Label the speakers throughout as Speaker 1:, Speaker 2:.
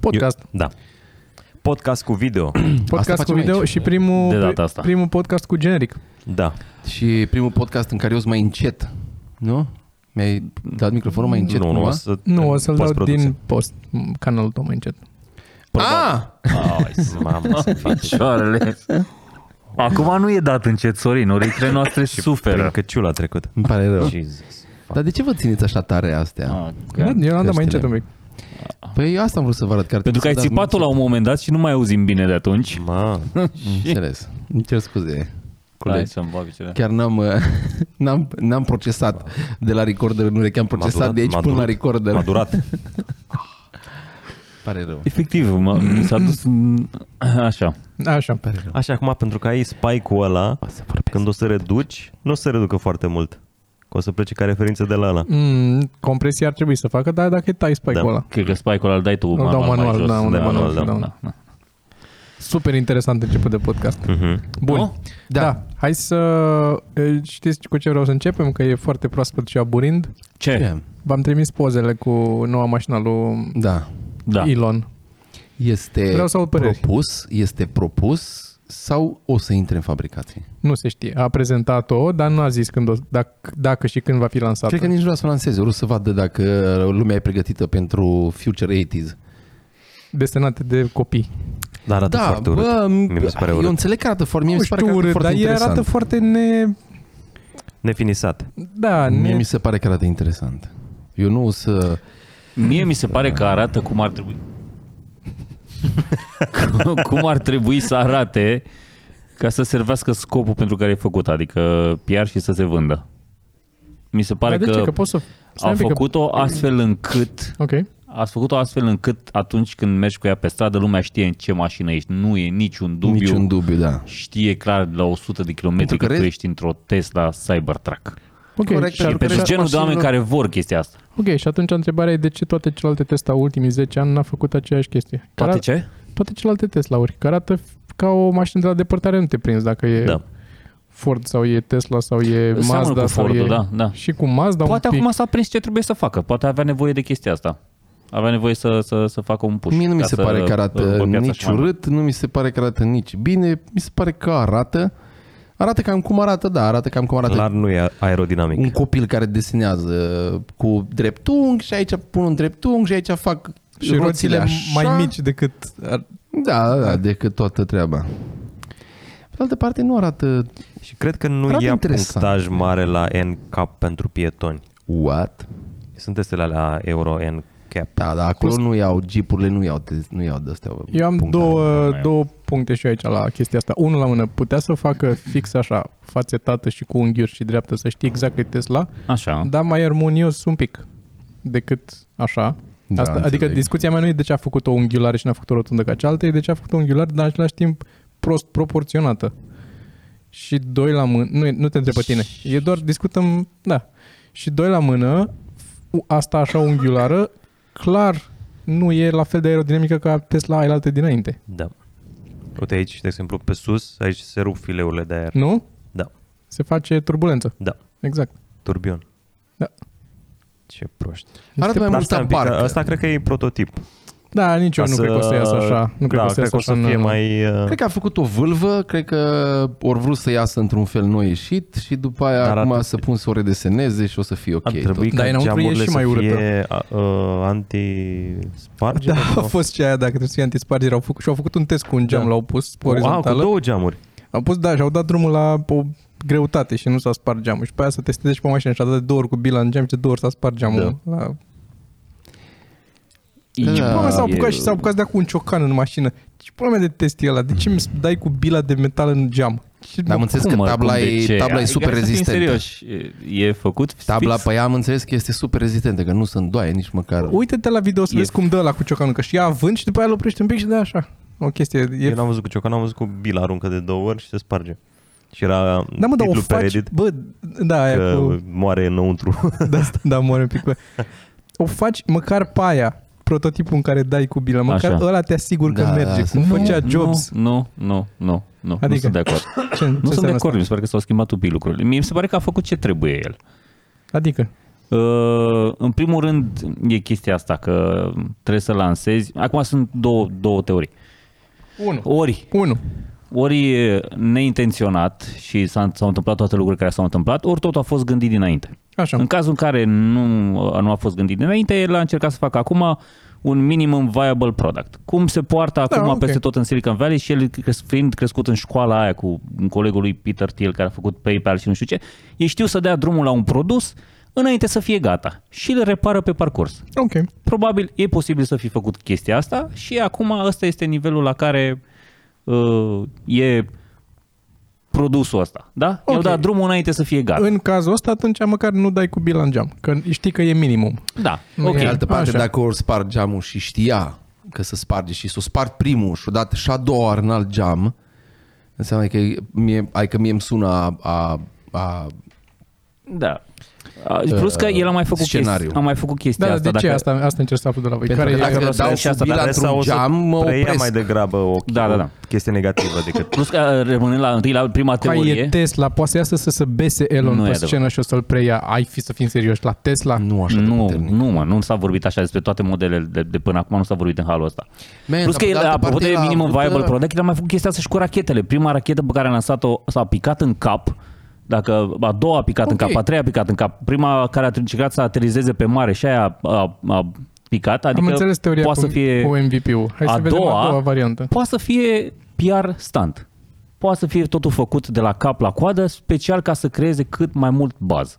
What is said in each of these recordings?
Speaker 1: Podcast.
Speaker 2: Eu, da. Podcast cu video.
Speaker 1: Podcast cu
Speaker 3: facem
Speaker 1: video
Speaker 3: aici.
Speaker 1: și primul,
Speaker 2: De data asta.
Speaker 1: primul podcast cu generic.
Speaker 2: Da.
Speaker 3: Și primul podcast în care eu sunt mai încet, nu? Mi-ai dat microfonul mai încet
Speaker 2: nu, nu,
Speaker 3: cumva?
Speaker 2: o să,
Speaker 1: Nu, o să-l dau
Speaker 2: post-producție.
Speaker 1: din post, m, canalul tău mai încet.
Speaker 3: Ah!
Speaker 2: Ai, să- mamă, să faci.
Speaker 4: Picioarele. Acum nu e dat încet, Sorin, urechile noastre suferă.
Speaker 2: Prin căciul a trecut.
Speaker 3: Îmi pare rău.
Speaker 2: Jesus.
Speaker 3: Dar de ce vă țineți așa tare astea?
Speaker 4: Ah,
Speaker 1: Da,
Speaker 4: gata.
Speaker 1: eu l-am dat mai încet
Speaker 3: creștere.
Speaker 1: un pic.
Speaker 3: Păi eu asta am vrut să vă arăt. Că ar
Speaker 4: Pentru că ai
Speaker 3: trebui să dați
Speaker 4: țipat-o la un moment dat și nu mai auzim bine de atunci.
Speaker 2: Ma,
Speaker 3: mulți- Înțeles. Îmi cer scuze.
Speaker 4: Hai
Speaker 3: Colegi.
Speaker 4: să-mi fac picioarele.
Speaker 3: Chiar n-am, uh, n-am, n-am procesat de la recorder în ureche, am
Speaker 2: m-a
Speaker 3: procesat
Speaker 2: durat,
Speaker 3: de aici
Speaker 2: m-a
Speaker 3: până la
Speaker 2: durat,
Speaker 3: recorder.
Speaker 2: M-a durat.
Speaker 3: Pare rău.
Speaker 4: Efectiv, mă- mi s-a dus în- așa.
Speaker 1: Așa.
Speaker 3: Pare rău.
Speaker 2: Așa, acum, pentru că ai spike-ul ăla, când o să reduci, nu o să reducă foarte mult. Că o să plece ca referință de la ăla.
Speaker 1: Mm, compresia ar trebui să facă, dar dacă e tai spike-ul
Speaker 2: Da.
Speaker 1: ăla.
Speaker 4: Cred că spike-ul ăla îl dai tu
Speaker 1: Îl dau
Speaker 4: mai
Speaker 1: manual,
Speaker 4: jos.
Speaker 1: da, unde
Speaker 2: da,
Speaker 1: manual,
Speaker 2: da,
Speaker 1: da,
Speaker 2: da.
Speaker 1: da. Super interesant început de podcast.
Speaker 2: Mhm.
Speaker 1: Bun.
Speaker 4: Oh,
Speaker 1: da. da. Hai să e, știți cu ce vreau să începem, că e foarte proaspăt și aburind.
Speaker 4: Ce?
Speaker 1: V-am trimis pozele cu noua mașină lui
Speaker 3: Da.
Speaker 4: Da.
Speaker 1: Elon.
Speaker 3: Este
Speaker 1: Vreau să aud păreri.
Speaker 3: propus, este propus sau o să intre în fabricație?
Speaker 1: Nu se știe. A prezentat-o, dar nu a zis când o, dacă, dacă și când va fi lansată.
Speaker 3: Cred că nici nu vrea să o lanseze, vreau să vadă dacă lumea e pregătită pentru Future 80s.
Speaker 1: Destinate de copii.
Speaker 2: Dar arată
Speaker 3: Da,
Speaker 2: foarte urât.
Speaker 3: bă,
Speaker 2: Mi se pare
Speaker 3: eu
Speaker 2: urât.
Speaker 3: înțeleg că arată foarte, mie
Speaker 1: Nu
Speaker 3: mi se pare
Speaker 1: știu
Speaker 3: că arată
Speaker 1: urât,
Speaker 3: foarte
Speaker 1: dar ea
Speaker 3: interesant.
Speaker 1: arată foarte ne...
Speaker 2: Nefinisat.
Speaker 1: Da,
Speaker 3: Mie
Speaker 1: ne...
Speaker 3: mi se pare că arată interesant. Eu nu o să...
Speaker 4: Mie mi se pare că arată cum ar trebui. cum ar trebui să arate ca să servească scopul pentru care e făcut, adică PR și să se vândă. Mi se pare
Speaker 1: dar de
Speaker 4: că,
Speaker 1: ce? Că poți să... Stai
Speaker 4: au
Speaker 1: un pic că-
Speaker 4: făcut-o astfel încât
Speaker 1: Ok.
Speaker 4: Ați făcut-o astfel încât atunci când mergi cu ea pe stradă, lumea știe în ce mașină ești. Nu e niciun dubiu.
Speaker 3: Niciun dubiu, da.
Speaker 4: Știe clar de la 100 de
Speaker 3: Pentru
Speaker 4: kilometri
Speaker 3: că
Speaker 4: că, tu
Speaker 3: rest-
Speaker 4: ești într-o Tesla Cybertruck.
Speaker 1: Ok,
Speaker 3: Corect,
Speaker 1: și,
Speaker 3: pentru
Speaker 4: Și
Speaker 3: că
Speaker 4: pentru
Speaker 3: rest-
Speaker 4: genul de oameni
Speaker 3: mașinilor-
Speaker 4: care vor chestia asta.
Speaker 1: ok, și atunci întrebarea e de ce toate celelalte Tesla ultimii 10 ani n-a făcut aceeași chestie? Că
Speaker 2: Toate
Speaker 1: ara-
Speaker 2: ce?
Speaker 1: Toate celelalte Tesla-uri, care arată f- ca o mașină de la depărtare, nu te prinzi dacă e
Speaker 2: Da.
Speaker 1: Ford sau e Tesla sau e
Speaker 4: Seamănă
Speaker 1: Mazda
Speaker 4: cu
Speaker 1: sau
Speaker 4: Ford-ul,
Speaker 1: e...
Speaker 4: da, da.
Speaker 1: Și cu Mazda
Speaker 4: Poate
Speaker 1: un pic.
Speaker 4: acum s-a prins ce trebuie să facă. Poate avea nevoie de chestia asta. Avea nevoie să, să, să facă un push.
Speaker 3: Mie nu mi
Speaker 4: ca
Speaker 3: se
Speaker 4: să
Speaker 3: pare că
Speaker 4: rupă
Speaker 3: arată
Speaker 4: piața și
Speaker 3: nici
Speaker 2: da.
Speaker 4: mai mult.
Speaker 3: urât, nu mi se pare că arată nici bine, mi se pare că arată, arată cam cum arată, da, arată cam cum arată
Speaker 2: Clar nu e aerodinamic.
Speaker 3: un copil care desenează cu dreptunghi și aici pun un dreptunghi și aici fac
Speaker 1: Și roțile
Speaker 3: așa.
Speaker 1: mai mici decât... ar-
Speaker 3: Da, da, decât toată treaba. Pe de altă parte nu arată
Speaker 2: Și cred că nu
Speaker 3: Arată
Speaker 2: ia
Speaker 3: interesant.
Speaker 2: punctaj mare la N-cap pentru pietoni.
Speaker 3: what?
Speaker 2: Sunt testele la Euro N-cap.
Speaker 3: Da, da, acolo nu iau jeepurile, nu iau de, nu iau de astea.
Speaker 1: Eu am
Speaker 3: puncte.
Speaker 1: două,
Speaker 4: mai am.
Speaker 1: două puncte și eu aici la chestia asta. Unul la mână, putea să facă fix așa, fațetată și cu unghiuri și dreaptă, să știi exact că e Tesla,
Speaker 4: Așa.
Speaker 3: Ah.
Speaker 1: dar mai armonios un pic decât așa.
Speaker 3: Da,
Speaker 1: Asta, adică
Speaker 3: înțeleg.
Speaker 1: discuția mea nu e de ce a făcut-o unghiulară și n-a făcut-o rotundă ca cealaltă, e de ce a făcut-o unghiulară, dar în același timp prost proporționată. Și doi la mână, nu, e- nu te întreb pe tine, e doar discutăm, da. Și doi la mână, u- asta așa unghiulară, clar nu e la fel de aerodinamică ca Tesla aia alte dinainte,
Speaker 2: Da. Uite aici, de exemplu, pe sus, aici se rup fileurile de aer.
Speaker 1: nu?
Speaker 2: Da,
Speaker 1: Se face turbulență,
Speaker 2: da.
Speaker 1: exact.
Speaker 2: Turbion.
Speaker 1: Da.
Speaker 2: Ce proști.
Speaker 3: Arată mai
Speaker 2: Dar
Speaker 3: mult
Speaker 2: stai
Speaker 3: ca
Speaker 2: un pic, că
Speaker 3: barcă.
Speaker 2: Asta cred că e prototip.
Speaker 1: Da, nici eu
Speaker 2: Ca
Speaker 1: nu cred că o să iasă așa. Nu
Speaker 2: da,
Speaker 1: cred că o să
Speaker 2: cred
Speaker 1: iasă
Speaker 2: că o să
Speaker 1: așa în-
Speaker 2: fie mai... uh,
Speaker 3: Cred că a făcut o vâlvă, cred că ori vrut să iasă într-un fel noi ieșit și după aia
Speaker 2: Dar
Speaker 3: acum
Speaker 2: arată-
Speaker 3: să pun să o redeseneze și o să fie ok.
Speaker 2: Ar trebui
Speaker 1: Dar
Speaker 2: ca
Speaker 1: înăuntru e
Speaker 2: geamurile
Speaker 1: și
Speaker 2: să
Speaker 1: mai urâtă.
Speaker 2: fie a- uh, anti-spargere.
Speaker 1: Da, a
Speaker 2: nu?
Speaker 1: fost cea aia, dacă trebuie să fie antispargere. Au făcut, și-au făcut un test cu un geam,
Speaker 2: Da.
Speaker 1: l-au pus pe
Speaker 2: Cu, a, cu
Speaker 1: orizontală.
Speaker 2: două geamuri.
Speaker 1: Au pus, da, și-au dat drumul la o greutate și nu s-a spart geamul. Și pe aia să testeze și pe mașină și a dat de două ori cu bila în geam și de două ori s-a spart geamul. Da. La...
Speaker 3: Da.
Speaker 1: Ce
Speaker 4: E-
Speaker 1: până mea s-au apucat
Speaker 4: e-
Speaker 1: și s-au apucat să dea cu un ciocan în mașină. Ce până mea de test e ăla? De ce mi dai cu bila de metal în geam? Ce-
Speaker 3: Dar am înțeles
Speaker 4: Cum,
Speaker 3: că
Speaker 4: mă,
Speaker 3: tabla
Speaker 4: cum, de
Speaker 3: e,
Speaker 4: ce?
Speaker 3: tabla e
Speaker 4: Adică
Speaker 3: super
Speaker 4: hai să fim
Speaker 3: rezistentă.
Speaker 4: serioși. E, e făcut
Speaker 3: Tabla
Speaker 4: fix.
Speaker 3: pe ea am înțeles că este super rezistentă, că nu sunt doaie nici măcar.
Speaker 1: Păi, Uite-te la video să
Speaker 4: E-
Speaker 1: vezi cum dă la cu ciocanul, că și ia având și după aia îl oprește un pic și dă așa. O chestie. E...
Speaker 2: Eu n-am văzut cu ciocan, am văzut cu bila aruncă de două ori și se sparge. Și era
Speaker 1: Da, mă, dar o
Speaker 2: titlul pe
Speaker 1: faci,
Speaker 2: Reddit
Speaker 1: bă, da, aia
Speaker 2: că
Speaker 1: cu...
Speaker 2: moare înăuntru.
Speaker 1: Da, da, mor un pic. bă. O faci măcar pe aia, prototipul în care dai cu bilă, măcar
Speaker 4: Așa.
Speaker 1: Așa. ăla te asigur că
Speaker 3: Da,
Speaker 1: da,
Speaker 3: da,
Speaker 1: merge,
Speaker 3: asta
Speaker 1: cum făcea Jobs.
Speaker 4: Nu, nu, nu, nu, adică, nu
Speaker 1: Adică-
Speaker 4: sunt de acord.
Speaker 1: Ce, ce
Speaker 4: Nu sunt de
Speaker 1: înseamnă
Speaker 4: acord, mi se pare că s-au schimbat un pic lucrurile. Mie mi se pare că a făcut ce trebuie el.
Speaker 1: Asta? Adică,
Speaker 4: Uh, în primul rând e chestia asta că trebuie să lansezi. Acum sunt două, două teorii.
Speaker 1: Unu.
Speaker 4: Ori,
Speaker 1: Unu.
Speaker 4: ori e neintenționat și s-a- s-au întâmplat toate lucrurile care s-au întâmplat, ori totul a fost gândit dinainte.
Speaker 1: Așa.
Speaker 4: În cazul în care nu, uh, nu a fost gândit dinainte, el a încercat să facă acum un minimum viable product. Cum se poartă acum
Speaker 1: Da, ok.
Speaker 4: peste tot în Silicon Valley și el cres- fiind crescut în școala aia cu un colegul lui Peter Thiel care a făcut PayPal și nu știu ce, ei știu să dea drumul la un produs înainte să fie gata și îl repară pe parcurs.
Speaker 1: Ok.
Speaker 4: Probabil e posibil să fi făcut chestia asta și acum ăsta este nivelul la care uh, e produsul ăsta, da? Okay. El
Speaker 1: Ok.
Speaker 4: da drumul înainte să fie gata.
Speaker 1: În cazul ăsta, atunci măcar nu dai cu bila în geam, că știi că e minimum.
Speaker 4: Da,
Speaker 1: Nu
Speaker 4: ok.
Speaker 3: Pe de altă parte,
Speaker 1: Așa.
Speaker 3: Așa. dacă ori sparg geamul și știa că se sparge și s-o sparg primul și odată și a doua ori în alt geam, înseamnă că mie, ai că mie îmi sună a, a, a
Speaker 4: Da. A, Plus că el a mai făcut,
Speaker 3: scenariu.
Speaker 4: chesti, a mai făcut chestia
Speaker 1: Da, dar
Speaker 4: asta.
Speaker 1: de ce asta, asta încerc să aflu de la voi?
Speaker 3: pentru
Speaker 1: Care e
Speaker 3: că dacă
Speaker 1: vreau
Speaker 3: dau
Speaker 1: să-
Speaker 4: să-
Speaker 3: cu
Speaker 4: și asta,
Speaker 3: bila
Speaker 4: dar
Speaker 2: sau
Speaker 3: într-un
Speaker 2: o să
Speaker 3: geam, mă
Speaker 2: preia
Speaker 3: opresc.
Speaker 2: mai degrabă o,
Speaker 4: Da, da, da.
Speaker 2: o chestie negativă decât...
Speaker 4: Plus că rămânând la, întâi la prima
Speaker 1: Ca e
Speaker 4: teorie,
Speaker 1: Tesla, poate să iasă să se bese Elon
Speaker 4: Nu e
Speaker 1: pe
Speaker 4: adevărat.
Speaker 1: scenă și o să-l preia. Ai fi să fim serioși, la Tesla?
Speaker 3: Nu așa de
Speaker 4: nu,
Speaker 3: puternic.
Speaker 4: nu, mă, nu s-a vorbit așa despre toate modelele de, de până acum, nu s-a vorbit în halul ăsta.
Speaker 3: Man,
Speaker 4: Plus
Speaker 3: dar
Speaker 4: că
Speaker 3: pe de
Speaker 4: el,
Speaker 3: altă
Speaker 4: apropo
Speaker 3: parte,
Speaker 4: de
Speaker 3: el a
Speaker 4: minimum
Speaker 3: avut,
Speaker 4: viable
Speaker 3: uh,
Speaker 4: product, el a mai făcut chestia asta și cu rachetele. Prima rachetă pe care a lansat-o s-a picat în cap, dacă a doua a picat
Speaker 3: Ok.
Speaker 4: în cap, a treia a picat în cap, prima care a încercat să aterizeze pe mare și aia a, a, a picat, adică
Speaker 1: Am înțeles teoria
Speaker 4: poate
Speaker 1: cu,
Speaker 4: să fie...
Speaker 1: cu MVP-ul. Hai să
Speaker 4: a
Speaker 1: vedem
Speaker 4: doua,
Speaker 1: a doua variantă.
Speaker 4: poate să fie PR stand. Poate să fie totul făcut de la cap la coadă, special ca să creeze cât mai mult buzz.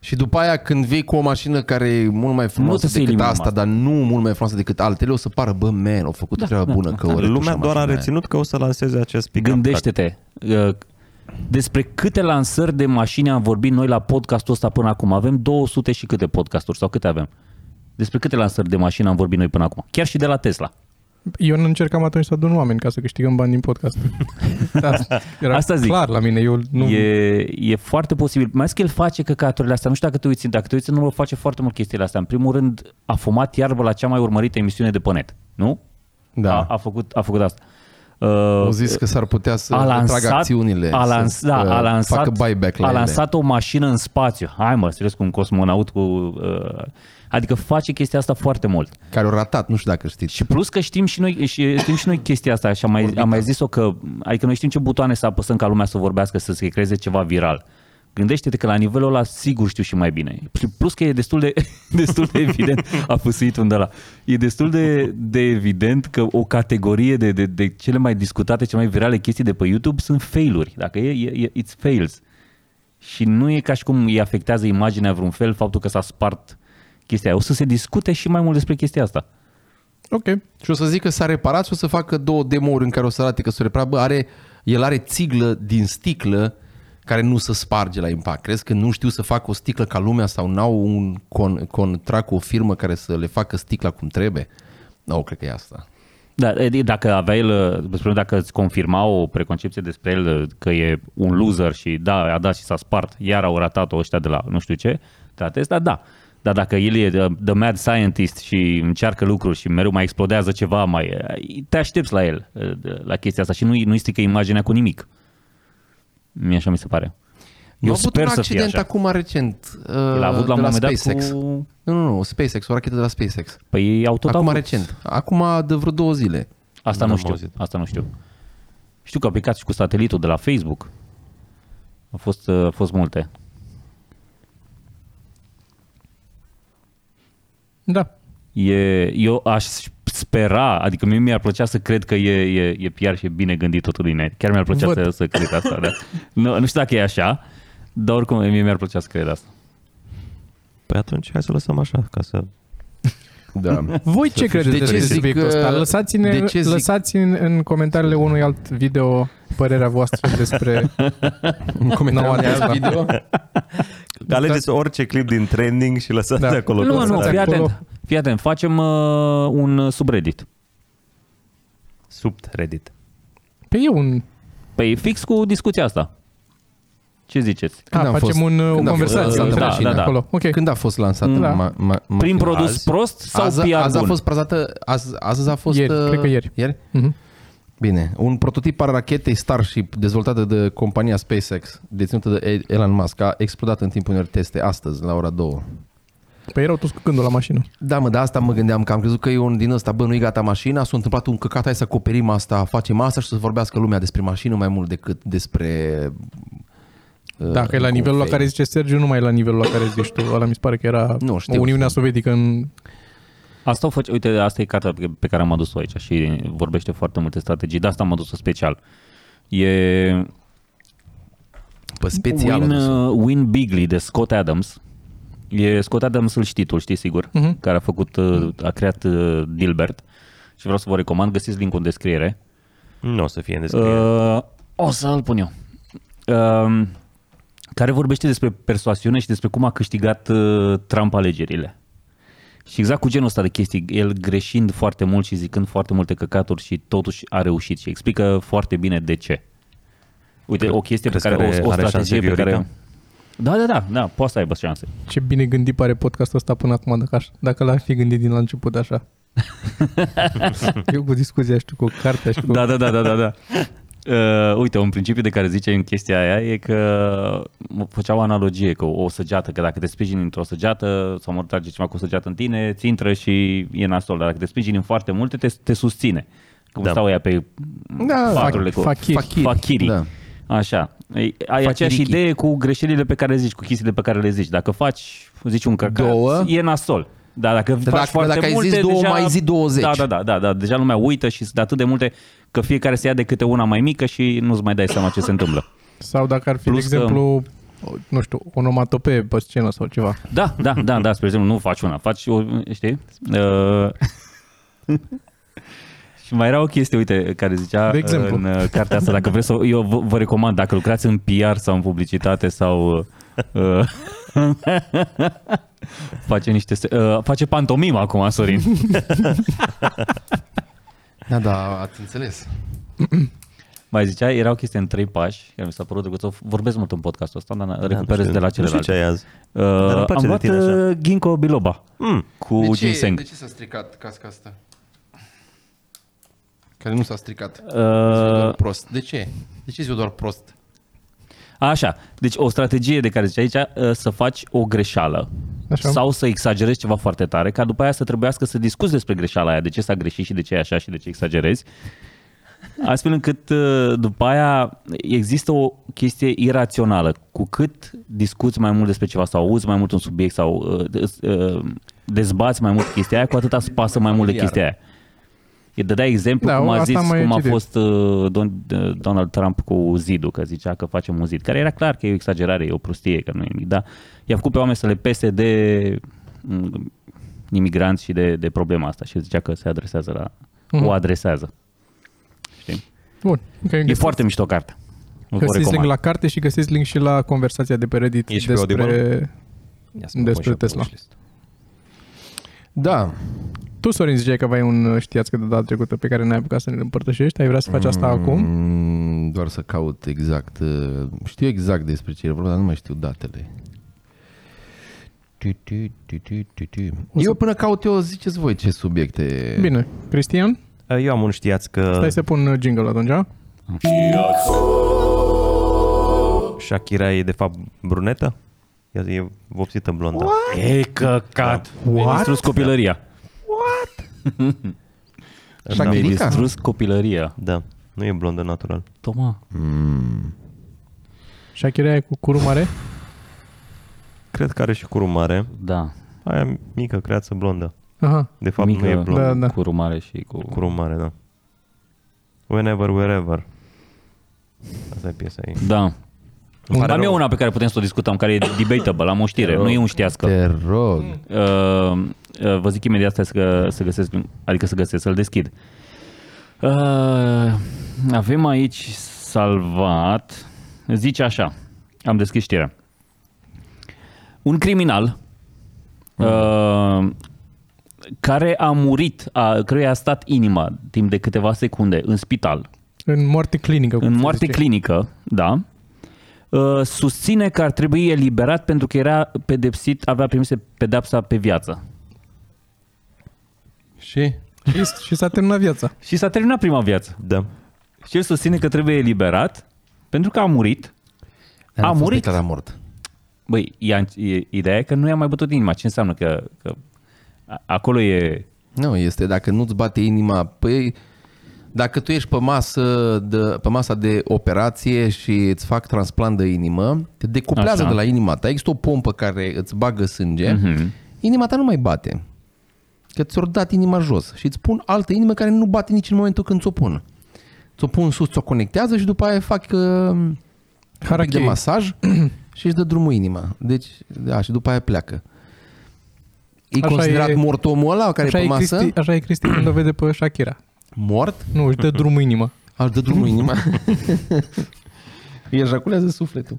Speaker 3: Și după aia când vei cu o mașină care e mult mai frumoasă
Speaker 4: să
Speaker 3: decât
Speaker 4: eliminăm
Speaker 3: asta,
Speaker 4: asta.
Speaker 3: dar nu mult mai frumoasă decât altele, o să pară, bă, man, au făcut da, treaba bună că o retușa
Speaker 2: Lumea doar a
Speaker 3: mașina
Speaker 2: reținut că o să lanseze acest pick
Speaker 4: Gândește-te uh, despre câte lansări de mașini am vorbit noi la podcastul ăsta până acum. Avem 200 și câte podcasturi sau câte avem? Despre câte lansări de mașini am vorbit noi până acum? Chiar și de la Tesla.
Speaker 1: Eu nu încercam atunci să adun oameni ca să câștigăm bani din podcast. Da, era
Speaker 4: Asta zic.
Speaker 1: clar la mine. Eu nu...
Speaker 4: E, e foarte posibil. Mai ales că el face căcaturile astea. Nu știu dacă te uiți, dacă te uiți în urmă, face foarte mult chestiile astea. În primul rând, a fumat iarbă la cea mai urmărită emisiune de pe net. Nu?
Speaker 3: Da.
Speaker 4: A, a, făcut, a făcut asta. Uh,
Speaker 3: Au zis că s-ar putea să
Speaker 4: a lansat,
Speaker 3: tragă acțiunile,
Speaker 4: a lans,
Speaker 3: să,
Speaker 4: da, a
Speaker 3: uh,
Speaker 4: lansat,
Speaker 3: facă buyback la
Speaker 4: a
Speaker 3: ele.
Speaker 4: lansat o mașină în spațiu. Hai mă, serios, cu un cosmonaut cu... Uh, adică face chestia asta foarte mult.
Speaker 3: care au ratat, nu știu dacă știți.
Speaker 4: Și plus că știm și noi, și, știm și noi chestia asta și am mai, am mai zis-o că... Adică noi știm ce butoane să apăsăm ca lumea să vorbească, să se creeze ceva viral. Gândește-te că la nivelul ăla sigur știu și mai bine. Și Plus că e destul de, destul de evident, a pusuit unde la. E destul de, de evident că o categorie de, de, de cele mai discutate, cele mai virale chestii de pe YouTube sunt failuri. Dacă e, e, e it's fails. Și nu e ca și cum îi afectează imaginea vreun fel faptul că s-a spart chestia aia. O să se discute și mai mult despre chestia asta.
Speaker 1: Ok.
Speaker 3: Și o să zic că s-a reparat și o să facă două demouri în care o să arate că s-a reparat. Bă, are, el are țiglă din sticlă care nu se sparge la impact. Crezi că nu știu să fac o sticlă ca lumea sau n-au un con- contract cu o firmă care să le facă sticla cum trebuie? Nu, no, cred că e asta.
Speaker 4: Da, e- dacă avea el, spre exemplu, dacă îți confirma o preconcepție despre el că e un loser și da, a dat și s-a spart, iar au ratat-o ăștia de la nu știu ce, de la Tesla, da. Dar dacă el e the, the mad scientist și încearcă lucruri și mereu mai explodează ceva, mai te aștepți la el, la chestia asta și nu-i, nu-i strică imaginea cu nimic. Mie așa mi se pare. Eu
Speaker 3: a avut
Speaker 4: sper
Speaker 3: un
Speaker 4: să fie
Speaker 3: accident
Speaker 4: așa.
Speaker 3: acum recent. Uh,
Speaker 4: El a avut la un
Speaker 3: de la
Speaker 4: moment dat
Speaker 3: SpaceX.
Speaker 4: cu...
Speaker 3: Nu, nu, nu, SpaceX, o rachetă de la SpaceX.
Speaker 4: Păi au tot
Speaker 3: acum
Speaker 4: avut.
Speaker 3: recent. Acum de vreo două zile.
Speaker 4: Asta
Speaker 2: Nu
Speaker 4: nu
Speaker 2: am
Speaker 4: știu.
Speaker 2: auzit.
Speaker 4: Asta nu știu. Știu că a picat și cu satelitul de la Facebook. Au fost, uh, au fost multe.
Speaker 1: Da.
Speaker 4: E, eu aș spera, adică mie mi-ar plăcea să cred că e, e, e PR și e bine gândit totul bine. Chiar mi-ar plăcea
Speaker 1: Văd.
Speaker 4: să, să cred asta. Da. Nu, nu știu dacă e așa, dar oricum mie mi-ar plăcea să cred asta.
Speaker 2: Păi atunci hai să lăsăm așa, ca să...
Speaker 3: Da.
Speaker 1: Voi ce credeți
Speaker 3: De
Speaker 1: de
Speaker 3: ce
Speaker 1: despre
Speaker 3: zic,
Speaker 1: subiectul ăsta?
Speaker 3: uh,
Speaker 1: Lăsați-ne,
Speaker 3: de ce zic-
Speaker 1: lăsați în, în comentariile unui alt video părerea voastră despre noua
Speaker 3: Comentariul
Speaker 1: Tesla.
Speaker 3: video.
Speaker 2: Alegeți orice clip din trending și lăsați
Speaker 1: Da.
Speaker 2: acolo.
Speaker 4: Nu, nu,
Speaker 2: comentariile.
Speaker 4: fii
Speaker 1: acolo.
Speaker 4: atent. Fii atent, facem uh, un subreddit.
Speaker 2: Sub Reddit.
Speaker 1: Pe eu un...
Speaker 4: Păi fix cu discuția asta. Ce ziceți?
Speaker 1: A,
Speaker 3: Când am
Speaker 1: facem
Speaker 3: fost-
Speaker 1: un, o
Speaker 3: când am fost
Speaker 1: conversație
Speaker 3: lansată
Speaker 1: între
Speaker 4: mașina?
Speaker 1: mașini
Speaker 4: Da, da, da.
Speaker 1: acolo. Ok.
Speaker 3: Când a fost lansată
Speaker 1: Da.
Speaker 3: ma- ma-
Speaker 4: Prin
Speaker 3: mașina?
Speaker 4: produs
Speaker 2: azi?
Speaker 4: prost sau
Speaker 3: azi,
Speaker 4: PR
Speaker 3: azi a
Speaker 4: bun?
Speaker 3: fost prezentată, azi, azi a fost...
Speaker 1: Ieri,
Speaker 3: uh,
Speaker 1: cred că ieri.
Speaker 3: Ieri?
Speaker 1: Mhm.
Speaker 3: Bine, un prototip al rachetei Starship, dezvoltată de compania SpaceX, deținută de Elon Musk, a explodat în timpul unor teste astăzi, la ora 2.
Speaker 1: Păi erau toți cu gândul la mașină.
Speaker 3: Da, mă, de asta mă gândeam, că am crezut că e un din ăsta, bă, nu-i gata mașina, s-a întâmplat un căcat, hai să acoperim asta, facem asta și să vorbească lumea despre mașină mai mult decât despre... uh,
Speaker 1: Dacă e la
Speaker 3: cum
Speaker 1: nivelul la
Speaker 3: fei.
Speaker 1: care zice Sergiu, nu mai e la nivelul la care zici tu. Ăla mi se pare că era
Speaker 3: Nu, știu.
Speaker 1: Uniunea Sovietică în...
Speaker 4: Asta o face, uite, asta e cartea pe- pe care am adus-o aici și vorbește foarte multe strategii, de asta am adus-o special. E
Speaker 3: Pe special.
Speaker 4: Win,
Speaker 3: adus.
Speaker 4: uh, Win Bigley de Scott Adams. E Scott Adams îl știi tu, îl știi sigur, uh-huh. care a făcut, uh, a creat uh, Dilbert și vreau să vă recomand, găsiți linkul în descriere.
Speaker 2: Nu o să fie în descriere.
Speaker 4: Uh, o să-l pun eu. Uh, care vorbește despre persoasiune și despre cum a câștigat uh, Trump alegerile. Și exact cu genul ăsta de chestii, el greșind foarte mult și zicând foarte multe căcaturi și totuși a reușit și explică foarte bine de ce. Uite, o chestie pe
Speaker 2: crezi
Speaker 4: care,
Speaker 2: că are-
Speaker 4: o, o
Speaker 2: are
Speaker 4: strategie
Speaker 2: șanse
Speaker 4: pe care...
Speaker 2: Viorica?
Speaker 4: Da, da, da, da, poate să aibă șanse.
Speaker 1: Ce bine gândit pare podcastul ăsta până acum, dacă, aș, dacă l-ar fi gândit din la început așa. Eu cu discuția și tu cu cartea și cu...
Speaker 4: Da, da, da, da, da. da. Uh, uite, un principiu de care zice în chestia aia e că făcea o analogie că o săgeată, că dacă te sprijini într-o săgeată sau mă trage ceva cu o săgeată în tine, ți intră și e nasol, dar dacă te sprijini în foarte multe, te, te susține. Cum
Speaker 2: Da.
Speaker 4: stau ea pe
Speaker 1: Da,
Speaker 4: paturile cu
Speaker 1: fachiri.
Speaker 4: fachirii.
Speaker 3: Da.
Speaker 4: Așa. Ei, Ai aceeași
Speaker 3: Fachirichi.
Speaker 4: idee cu greșelile pe care le zici, cu chestiile pe care le zici. Dacă faci, zici un căcat,
Speaker 3: Două.
Speaker 4: e nasol. Da, dacă faci
Speaker 3: dacă-
Speaker 4: foarte
Speaker 3: dacă ai
Speaker 4: multe,
Speaker 3: zis două,
Speaker 4: deja...
Speaker 3: mai zi 20.
Speaker 4: Da, da, da, da, da, deja lumea uită și sunt atât de multe că fiecare se ia de câte una mai mică și nu-ți mai dai seama ce se întâmplă.
Speaker 1: Sau dacă ar fi,
Speaker 4: Plus
Speaker 1: de
Speaker 4: că-
Speaker 1: exemplu, nu știu, onomatopee pe scenă sau ceva.
Speaker 4: Da, da, da, da, spre exemplu, nu faci una, faci o, știi? Uh, și mai era o chestie, uite, care zicea
Speaker 1: De exemplu.
Speaker 4: în uh, cartea asta, dacă vreți să, eu vă, vă recomand, dacă lucrați în PR sau în publicitate sau uh, face niște, se- uh, face pantomimă acum, Sorin.
Speaker 3: Da, da, ați înțeles.
Speaker 4: Mai zicea, era o chestie în trei pași, care mi s-a părut drăguț, vorbesc mult în podcastul ăsta, dar da, recuperez
Speaker 2: știu,
Speaker 4: de la
Speaker 2: nu știu
Speaker 4: celelalte.
Speaker 2: ce ai azi.
Speaker 4: Uh,
Speaker 2: îmi
Speaker 4: am
Speaker 2: place de
Speaker 4: luat
Speaker 2: tine așa.
Speaker 4: uh, ginkgo biloba
Speaker 2: Mm.
Speaker 4: cu ginseng.
Speaker 3: ce s-a stricat casca asta? Care nu s-a stricat.
Speaker 4: Uh,
Speaker 3: prost. De ce? De ce zic eu doar prost?
Speaker 4: Așa, deci o strategie de care zice aici, uh, să faci o greșeală
Speaker 1: Așa.
Speaker 4: sau să exagerezi ceva foarte tare, ca după aia să trebuiască să discuți despre greșeala aia, de ce s-a greșit și de ce e așa și de ce exagerezi, astfel încât uh, după aia există o chestie irațională. Cu cât discuți mai mult despre ceva sau auzi mai mult un subiect sau uh, dez- uh, dezbați mai mult chestia aia, cu atât îți pasă mai mult de chestia aia. E dădea exemplu
Speaker 1: Da,
Speaker 4: cum a
Speaker 1: asta
Speaker 4: zis,
Speaker 1: am mai
Speaker 4: cum a
Speaker 1: citit.
Speaker 4: fost fost uh, Don, uh, Donald Trump cu zidul, că zicea că facem un zid, care era clar că e o exagerare, e o prostie, că nu e nimic, dar i-a făcut pe oameni să le pese de mm, imigranți și de, de problema asta și zicea că se adresează la... Mm.
Speaker 1: Mhm.
Speaker 4: o adresează. Știi?
Speaker 1: Bun. Că
Speaker 4: E foarte mișto carte. Vă
Speaker 1: Găsiți link
Speaker 4: recomand.
Speaker 1: la carte și găsiți link și la conversația de pe Reddit
Speaker 2: E și pe
Speaker 1: despre...
Speaker 5: Ia să mă
Speaker 1: Despre
Speaker 5: pun și eu pe
Speaker 1: Tesla.
Speaker 5: wishlist.
Speaker 3: Da.
Speaker 1: Tu, Sorin, ziceai că aveai un uh, știați că de data trecută pe care n-ai apucat să ne-l împărtășești. Ai vrea să faci asta acum?
Speaker 3: Mm, Doar să caut exact. uh, Știu exact despre ce e vorba, dar nu mai știu datele. Tu, tu, tu, tu, tu, tu. Eu până caut eu, ziceți voi ce subiecte.
Speaker 1: Bine. Cristian,
Speaker 2: Uh, Eu am un știați că
Speaker 1: stai să pun uh, jingle atunci.
Speaker 2: Shakira e de fapt brunetă? Ea e vopsită blondă.
Speaker 4: E căcat!
Speaker 1: Da.
Speaker 4: Mi-ai distrus copilăria.
Speaker 3: Așa
Speaker 4: Mi-ai
Speaker 3: Gherica?
Speaker 4: distrus copilăria.
Speaker 2: Da, nu e blondă natural.
Speaker 4: Toma.
Speaker 2: Mm.
Speaker 1: Shakira e cu curul mare?
Speaker 2: Cred că are și curul mare.
Speaker 4: Da.
Speaker 2: Aia mică, creață blondă.
Speaker 1: Aha.
Speaker 2: De fapt
Speaker 4: Mică,
Speaker 2: nu e blondă.
Speaker 1: Da, da.
Speaker 4: Cu rumare și cu...
Speaker 2: Curul mare, da. Whenever, wherever. Asta e piesa ei.
Speaker 4: Da.
Speaker 2: pare
Speaker 4: Am
Speaker 2: rău.
Speaker 4: eu una pe care putem să o discutăm, care e debatable, am o știre, nu e un știască.
Speaker 3: Te rog.
Speaker 4: Uh, uh, vă zic imediat stai să, să găsesc, adică să găsesc, să-l deschid. Uh, avem aici salvat, zice așa, am deschis știrea. Un criminal uh, care a murit, a, căruia a stat inima timp de câteva secunde în spital,
Speaker 1: În moarte clinică. cum
Speaker 4: în
Speaker 1: se
Speaker 4: moarte
Speaker 1: zice.
Speaker 4: clinică, da, uh, susține că ar trebui eliberat pentru că era pedepsit, avea primise pedepsa pe viață.
Speaker 3: Și?
Speaker 1: Și, și s-a terminat viața.
Speaker 4: Și s-a terminat prima viață.
Speaker 2: Da.
Speaker 4: Și el susține că trebuie eliberat pentru că a murit.
Speaker 3: Dar
Speaker 4: A
Speaker 3: nu fost
Speaker 4: murit?
Speaker 3: declarat mort.
Speaker 4: Băi, ea, e, ideea e că nu i-a mai bătut inima. Ce înseamnă că, că a- acolo e...
Speaker 3: Nu, este dacă nu-ți bate inima, păi dacă tu ești pe, masă de, pe masa de operație și îți fac transplant de inimă, te decuplează
Speaker 4: Așa. Mhm.
Speaker 3: Așa. de la inima ta, există o pompă care îți bagă sânge, mm-hmm. inima ta nu mai bate. Că ți-o dat inima jos și îți pun altă inimă care nu bate nici în momentul când ți-o pun. Ți-o pun sus, ți-o conectează și după aia fac uh, un pic de
Speaker 1: Harakiri.
Speaker 3: masaj și își dă drumul inima. Deci, da, și după aia pleacă. E
Speaker 1: Așa
Speaker 3: considerat
Speaker 1: e-
Speaker 3: mort omul ăla care
Speaker 1: Așa
Speaker 3: e pe
Speaker 1: e,
Speaker 3: masă?
Speaker 1: Cristi, așa e Cristi când o vede pe Shakira.
Speaker 3: Mort?
Speaker 1: Nu, își dă drumul inimă.
Speaker 3: Aș dă drumul inima. Îi ejaculează sufletul.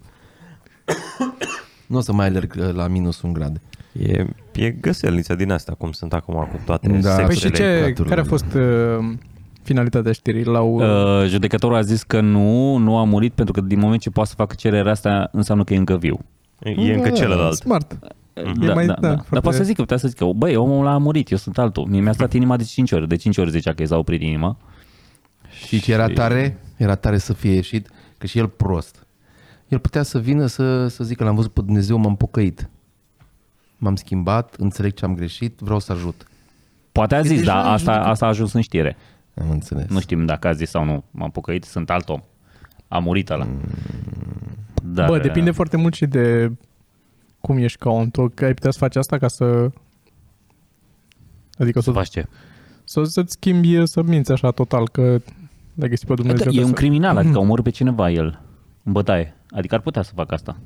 Speaker 3: nu o să mai alerg uh, la minus un grad.
Speaker 2: E, e găselnița din asta, cum sunt acum cu toate
Speaker 3: Da.
Speaker 2: sexele.
Speaker 1: Păi și ce,
Speaker 3: lucraturile.
Speaker 1: care a fost uh, finalitatea știrii? L-au, uh,
Speaker 4: Uh, judecătorul a zis că nu, nu a murit pentru că din moment ce poate să facă cererea asta înseamnă că e încă viu.
Speaker 2: E încă
Speaker 3: Da.
Speaker 2: celălalt.
Speaker 1: Mm, smart. E mai- da, foarte-
Speaker 4: Dar poate să zic, putea să zic că, băi, omul ăla a murit, eu sunt altul. Mie mi-a stat inima de 5 ori, de 5 ori zicea că i s-a oprit inima.
Speaker 3: Și ce era tare? Era tare să fie ieșit, că și el prost. El putea să vină să, să zică, l-am văzut pe Dumnezeu, m-am pocăit. M-am schimbat, înțeleg ce am greșit, vreau să ajut.
Speaker 4: Poate a zis,
Speaker 3: deja
Speaker 4: dar asta,
Speaker 3: judecat.
Speaker 4: asta a ajuns în știre.
Speaker 3: Am înțeles.
Speaker 4: Nu știm dacă a zis sau nu, m-am pocăit, sunt alt om. A murit ăla. Da,
Speaker 1: Da,
Speaker 4: Dar,
Speaker 1: Bă, depinde foarte mult și de cum ești ca om. Tu că ai putea să faci asta ca să... Adică
Speaker 4: Să
Speaker 1: să,
Speaker 4: faci ce?
Speaker 1: să, să-ți schimbi, să minți așa total, că dacă ești pe
Speaker 4: Adică
Speaker 1: Dumnezeu...
Speaker 4: e
Speaker 1: că
Speaker 4: un
Speaker 1: să-
Speaker 4: criminal, adică a omorât pe cineva el în bătaie. Adică ar putea să facă asta.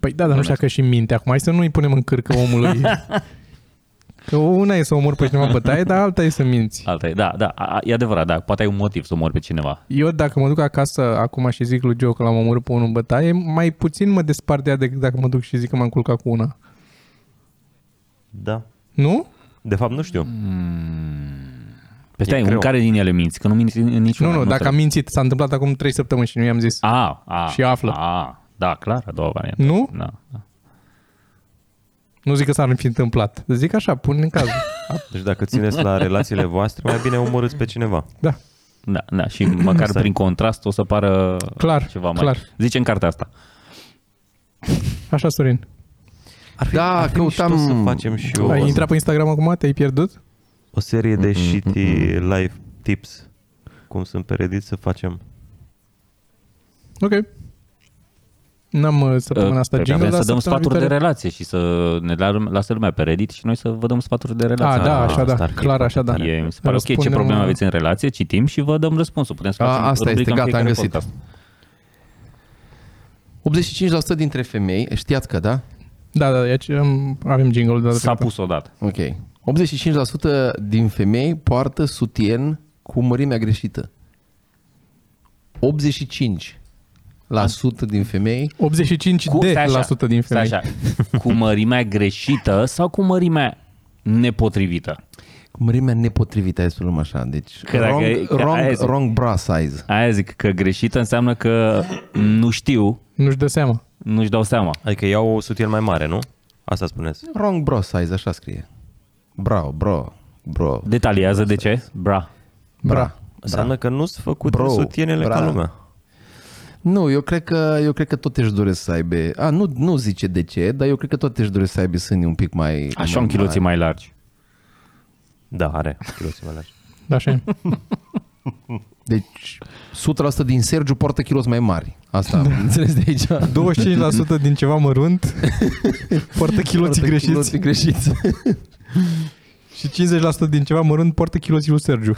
Speaker 1: Păi da, dar nu știu dacă și minte acum. Hai să nu-i punem în cârcă omului. că una e să omori pe cineva în bătaie, dar alta e să minți.
Speaker 4: Alta e, da, da, a- e adevărat, da, poate ai un motiv să omori pe cineva.
Speaker 1: Eu dacă mă duc acasă acum și zic lui Joe că l-am omorât pe unul în bătaie, mai puțin mă despart de ea decât dacă mă duc și zic că m-am culcat cu una.
Speaker 2: Da.
Speaker 1: Nu?
Speaker 2: De fapt, nu știu.
Speaker 4: Pe stai,
Speaker 2: greu.
Speaker 4: în care din ele minți? Că nu minți în niciun
Speaker 1: Nu, nu, dacă am mințit, s-a întâmplat acum 3 săptămâni și nu i-am zis.
Speaker 4: A, a,
Speaker 1: Și află.
Speaker 4: A, da, clar, a doua variantă.
Speaker 1: Nu?
Speaker 4: Da, da.
Speaker 1: Nu zic că s-ar fi întâmplat. Zic așa, pun în caz.
Speaker 2: Deci dacă țineți la relațiile voastre, mai bine omorâți pe cineva.
Speaker 1: Da,
Speaker 4: Da, da, și măcar prin contrast o să pară
Speaker 1: Exact. Clar,
Speaker 4: ceva mai...
Speaker 1: clar.
Speaker 4: Zice în cartea asta.
Speaker 1: așa, Sorin.
Speaker 2: Ar fi,
Speaker 3: Da,
Speaker 2: ar fi
Speaker 3: căutam-
Speaker 2: mișto să facem Păi și o,
Speaker 1: Ai intrat pe Instagram acum? Te-ai pierdut?
Speaker 2: o serie de shitty life tips. Cum sunt pe Reddit să facem.
Speaker 1: Ok. N-am uh, săptămâna asta
Speaker 4: Păi,
Speaker 1: jingle,
Speaker 4: Vrem
Speaker 1: dar
Speaker 4: să dăm
Speaker 1: săptămâna
Speaker 4: sfaturi de
Speaker 1: viitoare-
Speaker 4: relație și să ne la- lasă lumea pe Reddit și noi să vă dăm sfaturi de
Speaker 1: A,
Speaker 4: relație.
Speaker 1: da, așa,
Speaker 2: asta
Speaker 1: da,
Speaker 2: ar fi
Speaker 1: clar, așa, da.
Speaker 4: E, mi se pare ok, ce
Speaker 1: Răspundem,
Speaker 4: probleme
Speaker 1: uh,
Speaker 4: aveți în relație, citim și vă dăm răspunsul. Putem să
Speaker 3: A,
Speaker 4: facem
Speaker 3: asta este,
Speaker 4: rubrica în
Speaker 3: gata, am
Speaker 4: fiecare
Speaker 3: găsit.
Speaker 4: podcast.
Speaker 3: 85% dintre femei, știați că da?
Speaker 1: Da, da, deci um, avem jingle de data
Speaker 4: S-a
Speaker 1: trecută.
Speaker 4: pus odată.
Speaker 3: Ok. 85% din femei poartă sutien cu mărimea greșită. 85% la sută din femei
Speaker 1: 85 de
Speaker 4: stai așa,
Speaker 1: deci, la sută din
Speaker 4: stai
Speaker 1: femei.
Speaker 4: Așa, cu mărimea greșită sau cu mărimea nepotrivită?
Speaker 3: cu mărimea nepotrivită, hai să o luăm așa. Deci
Speaker 4: Că dacă-
Speaker 3: wrong,
Speaker 4: că aia
Speaker 3: wrong,
Speaker 4: zic.
Speaker 3: wrong bra size.
Speaker 4: Aia zic că greșită înseamnă că nu știu,
Speaker 1: Nu-și dă seama.
Speaker 4: nu-și dau seama.
Speaker 2: Adică iau o sutiel mai mare, nu? Asta spuneți.
Speaker 3: Wrong bra size, așa scrie. Bravo, bro, bro.
Speaker 4: Detaliază de ce? Bra.
Speaker 1: Bra.
Speaker 2: Înseamnă că nu-s făcut
Speaker 3: Bro,
Speaker 2: sutienele
Speaker 3: bra.
Speaker 2: ca lumea.
Speaker 3: Nu, eu cred că, eu cred că tot își doresc să aibă... A, nu, nu zice de ce, dar eu cred că tot își doresc să aibă sânii un pic mai...
Speaker 4: Așa un chiloții mai largi.
Speaker 2: Da, are. Chiloții mai largi.
Speaker 1: Da, așa e.
Speaker 3: Deci 100% din Sergiu poartă kilos mai mari. Asta
Speaker 4: Da.
Speaker 3: am înțeles de aici.
Speaker 1: 25% din ceva mărunt, poartă kiloții greșiți
Speaker 3: Chiloții greșiți.
Speaker 1: și 50% din ceva mărunt poartă kiloții lui Sergiu.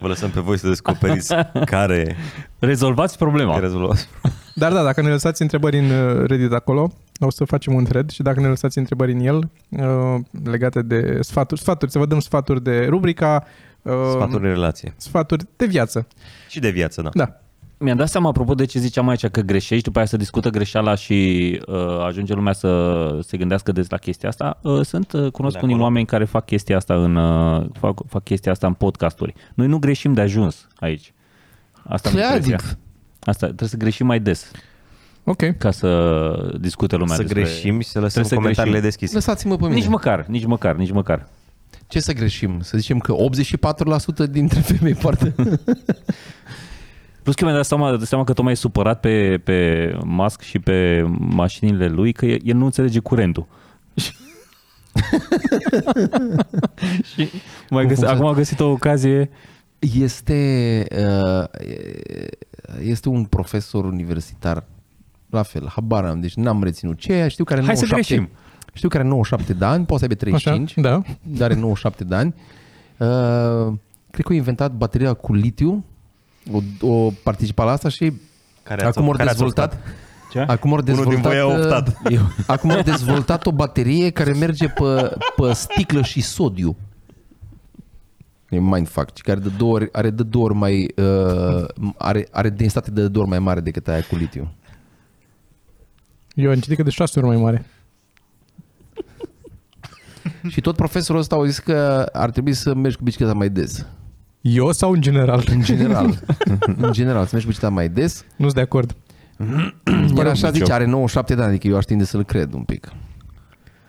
Speaker 2: Vă lăsăm pe voi să descoperiți care
Speaker 4: Rezolvați
Speaker 2: e
Speaker 4: problema.
Speaker 2: rezolvat.
Speaker 1: Dar da, dacă ne lăsați întrebări în uh, Reddit acolo, o să facem un thread și dacă ne lăsați întrebări în el uh, legate de sfaturi, sfaturi, să vă dăm sfaturi de rubrica, uh,
Speaker 2: Sfaturi în relație.
Speaker 1: sfaturi de viață.
Speaker 2: Și de viață, da.
Speaker 1: Da.
Speaker 4: Mi-am dat seama, apropo de ce ziceam aici, că greșești, după aia se discută greșeala și uh, ajunge lumea să se gândească des la chestia asta. Uh, sunt, uh, cunosc
Speaker 2: De
Speaker 4: unii
Speaker 2: acolo.
Speaker 4: oameni care fac chestia asta în, uh, fac, fac chestia asta în podcasturi. Noi nu greșim de ajuns aici. Asta am
Speaker 3: Clar,
Speaker 4: impresia.
Speaker 3: adic.
Speaker 4: Asta, trebuie să greșim mai des
Speaker 1: Ok.
Speaker 4: ca să discute lumea
Speaker 2: Să
Speaker 4: despre...
Speaker 2: greșim și să lăsăm
Speaker 4: Trebuie să
Speaker 2: comentariile
Speaker 4: greșim.
Speaker 2: deschise.
Speaker 3: Lăsați-mă pe mine.
Speaker 4: Nici măcar, nici măcar, nici măcar.
Speaker 3: Ce să greșim? Să zicem că 84% dintre femei poartă...
Speaker 4: Plus că mi-am dat seama, dat seama că Toma e supărat pe, pe Musk și pe mașinile lui că el nu înțelege curentul. și mai găs-
Speaker 3: funcționează?
Speaker 4: acum a găsit o ocazie
Speaker 3: Este, uh, este un profesor universitar, la fel, habar am, deci n-am reținut ce e, știu care
Speaker 4: Hai să
Speaker 3: 97,
Speaker 4: greșim.
Speaker 3: Știu care are 97 de ani, poate să aibă 35,
Speaker 1: Așa, da.
Speaker 3: dar are 97 de ani. Uh, cred că a inventat bateria cu litiu, o, o participa la asta și
Speaker 2: Care ați-
Speaker 3: acum au
Speaker 2: care ați
Speaker 3: dezvoltat...
Speaker 2: optat?
Speaker 4: Ce?
Speaker 3: Acum au
Speaker 2: Unul din
Speaker 3: dezvoltat,
Speaker 2: voi a
Speaker 3: uh,
Speaker 2: optat.
Speaker 3: eu- acum au dezvoltat o baterie care merge pe, pe sticlă și sodiu. E mindfuck, ci care de două ori, are de două ori mai uh, are, are densitate de două ori mai mare decât aia cu litiu.
Speaker 1: Eu am citit că de șase ori mai mare.
Speaker 3: Și tot profesorul ăsta au zis că ar trebui să mergi cu bicicleta mai des.
Speaker 1: Eu sau în general?
Speaker 3: În general. în general, să mergi cu bicicleta mai des.
Speaker 1: nu sunt de acord.
Speaker 3: Iar așa
Speaker 4: nicio.
Speaker 3: zice, are 97 de ani, adică eu aș tinde să-l cred un pic.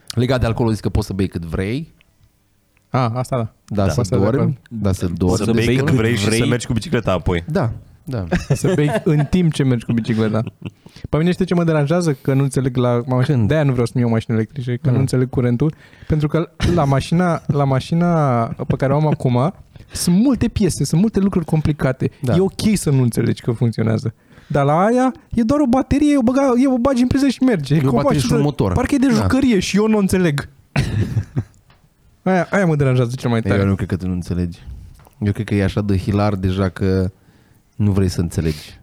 Speaker 3: Legat de alcool, zic că poți să bei cât vrei,
Speaker 1: A, asta da.
Speaker 3: da,
Speaker 1: Da.
Speaker 3: să
Speaker 1: Asta de acord.
Speaker 3: dormi, da, să dormi.
Speaker 2: Poți să bei cât vrei și să mergi cu bicicleta apoi.
Speaker 3: Da, da.
Speaker 1: Să bei în timp ce mergi cu bicicleta. Pe mine știi ce mă deranjează? Că nu înțeleg la mașină.
Speaker 3: Când? Mm.
Speaker 1: De-aia nu vreau să-mi iau mașini electrice, că nu înțeleg curentul. Pentru că la mașina, la mașina pe care o am acum sunt multe piese, sunt multe lucruri complicate. Da.
Speaker 3: Da.
Speaker 1: E ok să nu înțelegi că funcționează. Dar la aia e doar o baterie, o, băga, e o bagi în priză și merge.
Speaker 3: o
Speaker 1: ca
Speaker 3: baterie și
Speaker 1: mașină-
Speaker 3: un motor.
Speaker 1: Parcă e de
Speaker 3: Da.
Speaker 1: jucărie și eu nu o înțeleg. Aia, aia mă deranjează cel mai
Speaker 3: Eu
Speaker 1: tare.
Speaker 3: nu cred că tu nu înțelegi. Eu cred că e așa de hilar deja că nu vrei să înțelegi.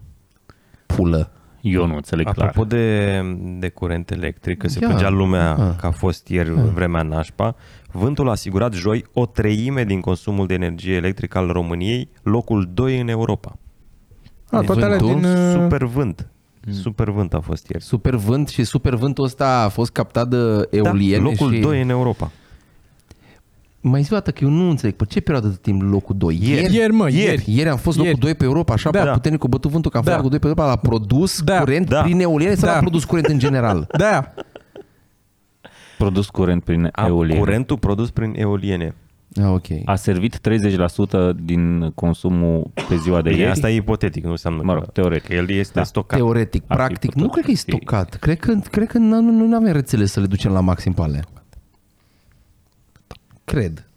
Speaker 3: Pulă.
Speaker 4: Eu nu înțeleg clar.
Speaker 2: Apropo de, de curent electric, că se
Speaker 3: Ia.
Speaker 2: plângea lumea
Speaker 3: Ah.
Speaker 2: că a fost ieri vremea nașpa, vântul a asigurat joi o treime din consumul de energie electrică al României, locul 2 în Europa.
Speaker 1: A, toate alea
Speaker 3: Vântul
Speaker 1: din... uh,
Speaker 2: Super vânt. Super vânt a fost ieri.
Speaker 3: Super vânt și super vântul ăsta a fost captat de
Speaker 2: Da,
Speaker 3: eoliene
Speaker 2: locul
Speaker 3: și...
Speaker 2: 2 în Europa.
Speaker 3: Mai zi o dată că eu nu înțeleg. Pe ce perioadă de timp locul 2?
Speaker 1: Ieri, ieri mă, ieri.
Speaker 3: Ieri, ieri am fost locul
Speaker 1: Ieri.
Speaker 3: 2 pe Europa, așa
Speaker 1: Da.
Speaker 3: da. puternic cu bătut vântul că am fost
Speaker 1: Da.
Speaker 3: locul 2 pe Europa, l-a produs
Speaker 1: Da.
Speaker 3: curent
Speaker 2: Da.
Speaker 3: prin eoliene sau
Speaker 1: Da.
Speaker 3: l-a produs curent în general?
Speaker 1: Da,
Speaker 4: Produs curent prin
Speaker 2: A,
Speaker 4: eoliene.
Speaker 2: curentul produs prin eoliene.
Speaker 3: Ah, ok.
Speaker 4: A servit 30% din consumul pe ziua de
Speaker 2: Bine,
Speaker 4: ieri.
Speaker 2: asta e ipotetic, nu înseamnă
Speaker 4: Mă rog,
Speaker 2: că-
Speaker 4: teoretic.
Speaker 2: că el este
Speaker 4: Da.
Speaker 2: da. stocat.
Speaker 3: Teoretic,
Speaker 4: Ar fi
Speaker 3: practic,
Speaker 4: putut
Speaker 3: nu cred că e
Speaker 4: fi-
Speaker 3: stocat. Cred că, cred că nu, nu, nu avem rețele să le ducem la maxim pe alea. Cred.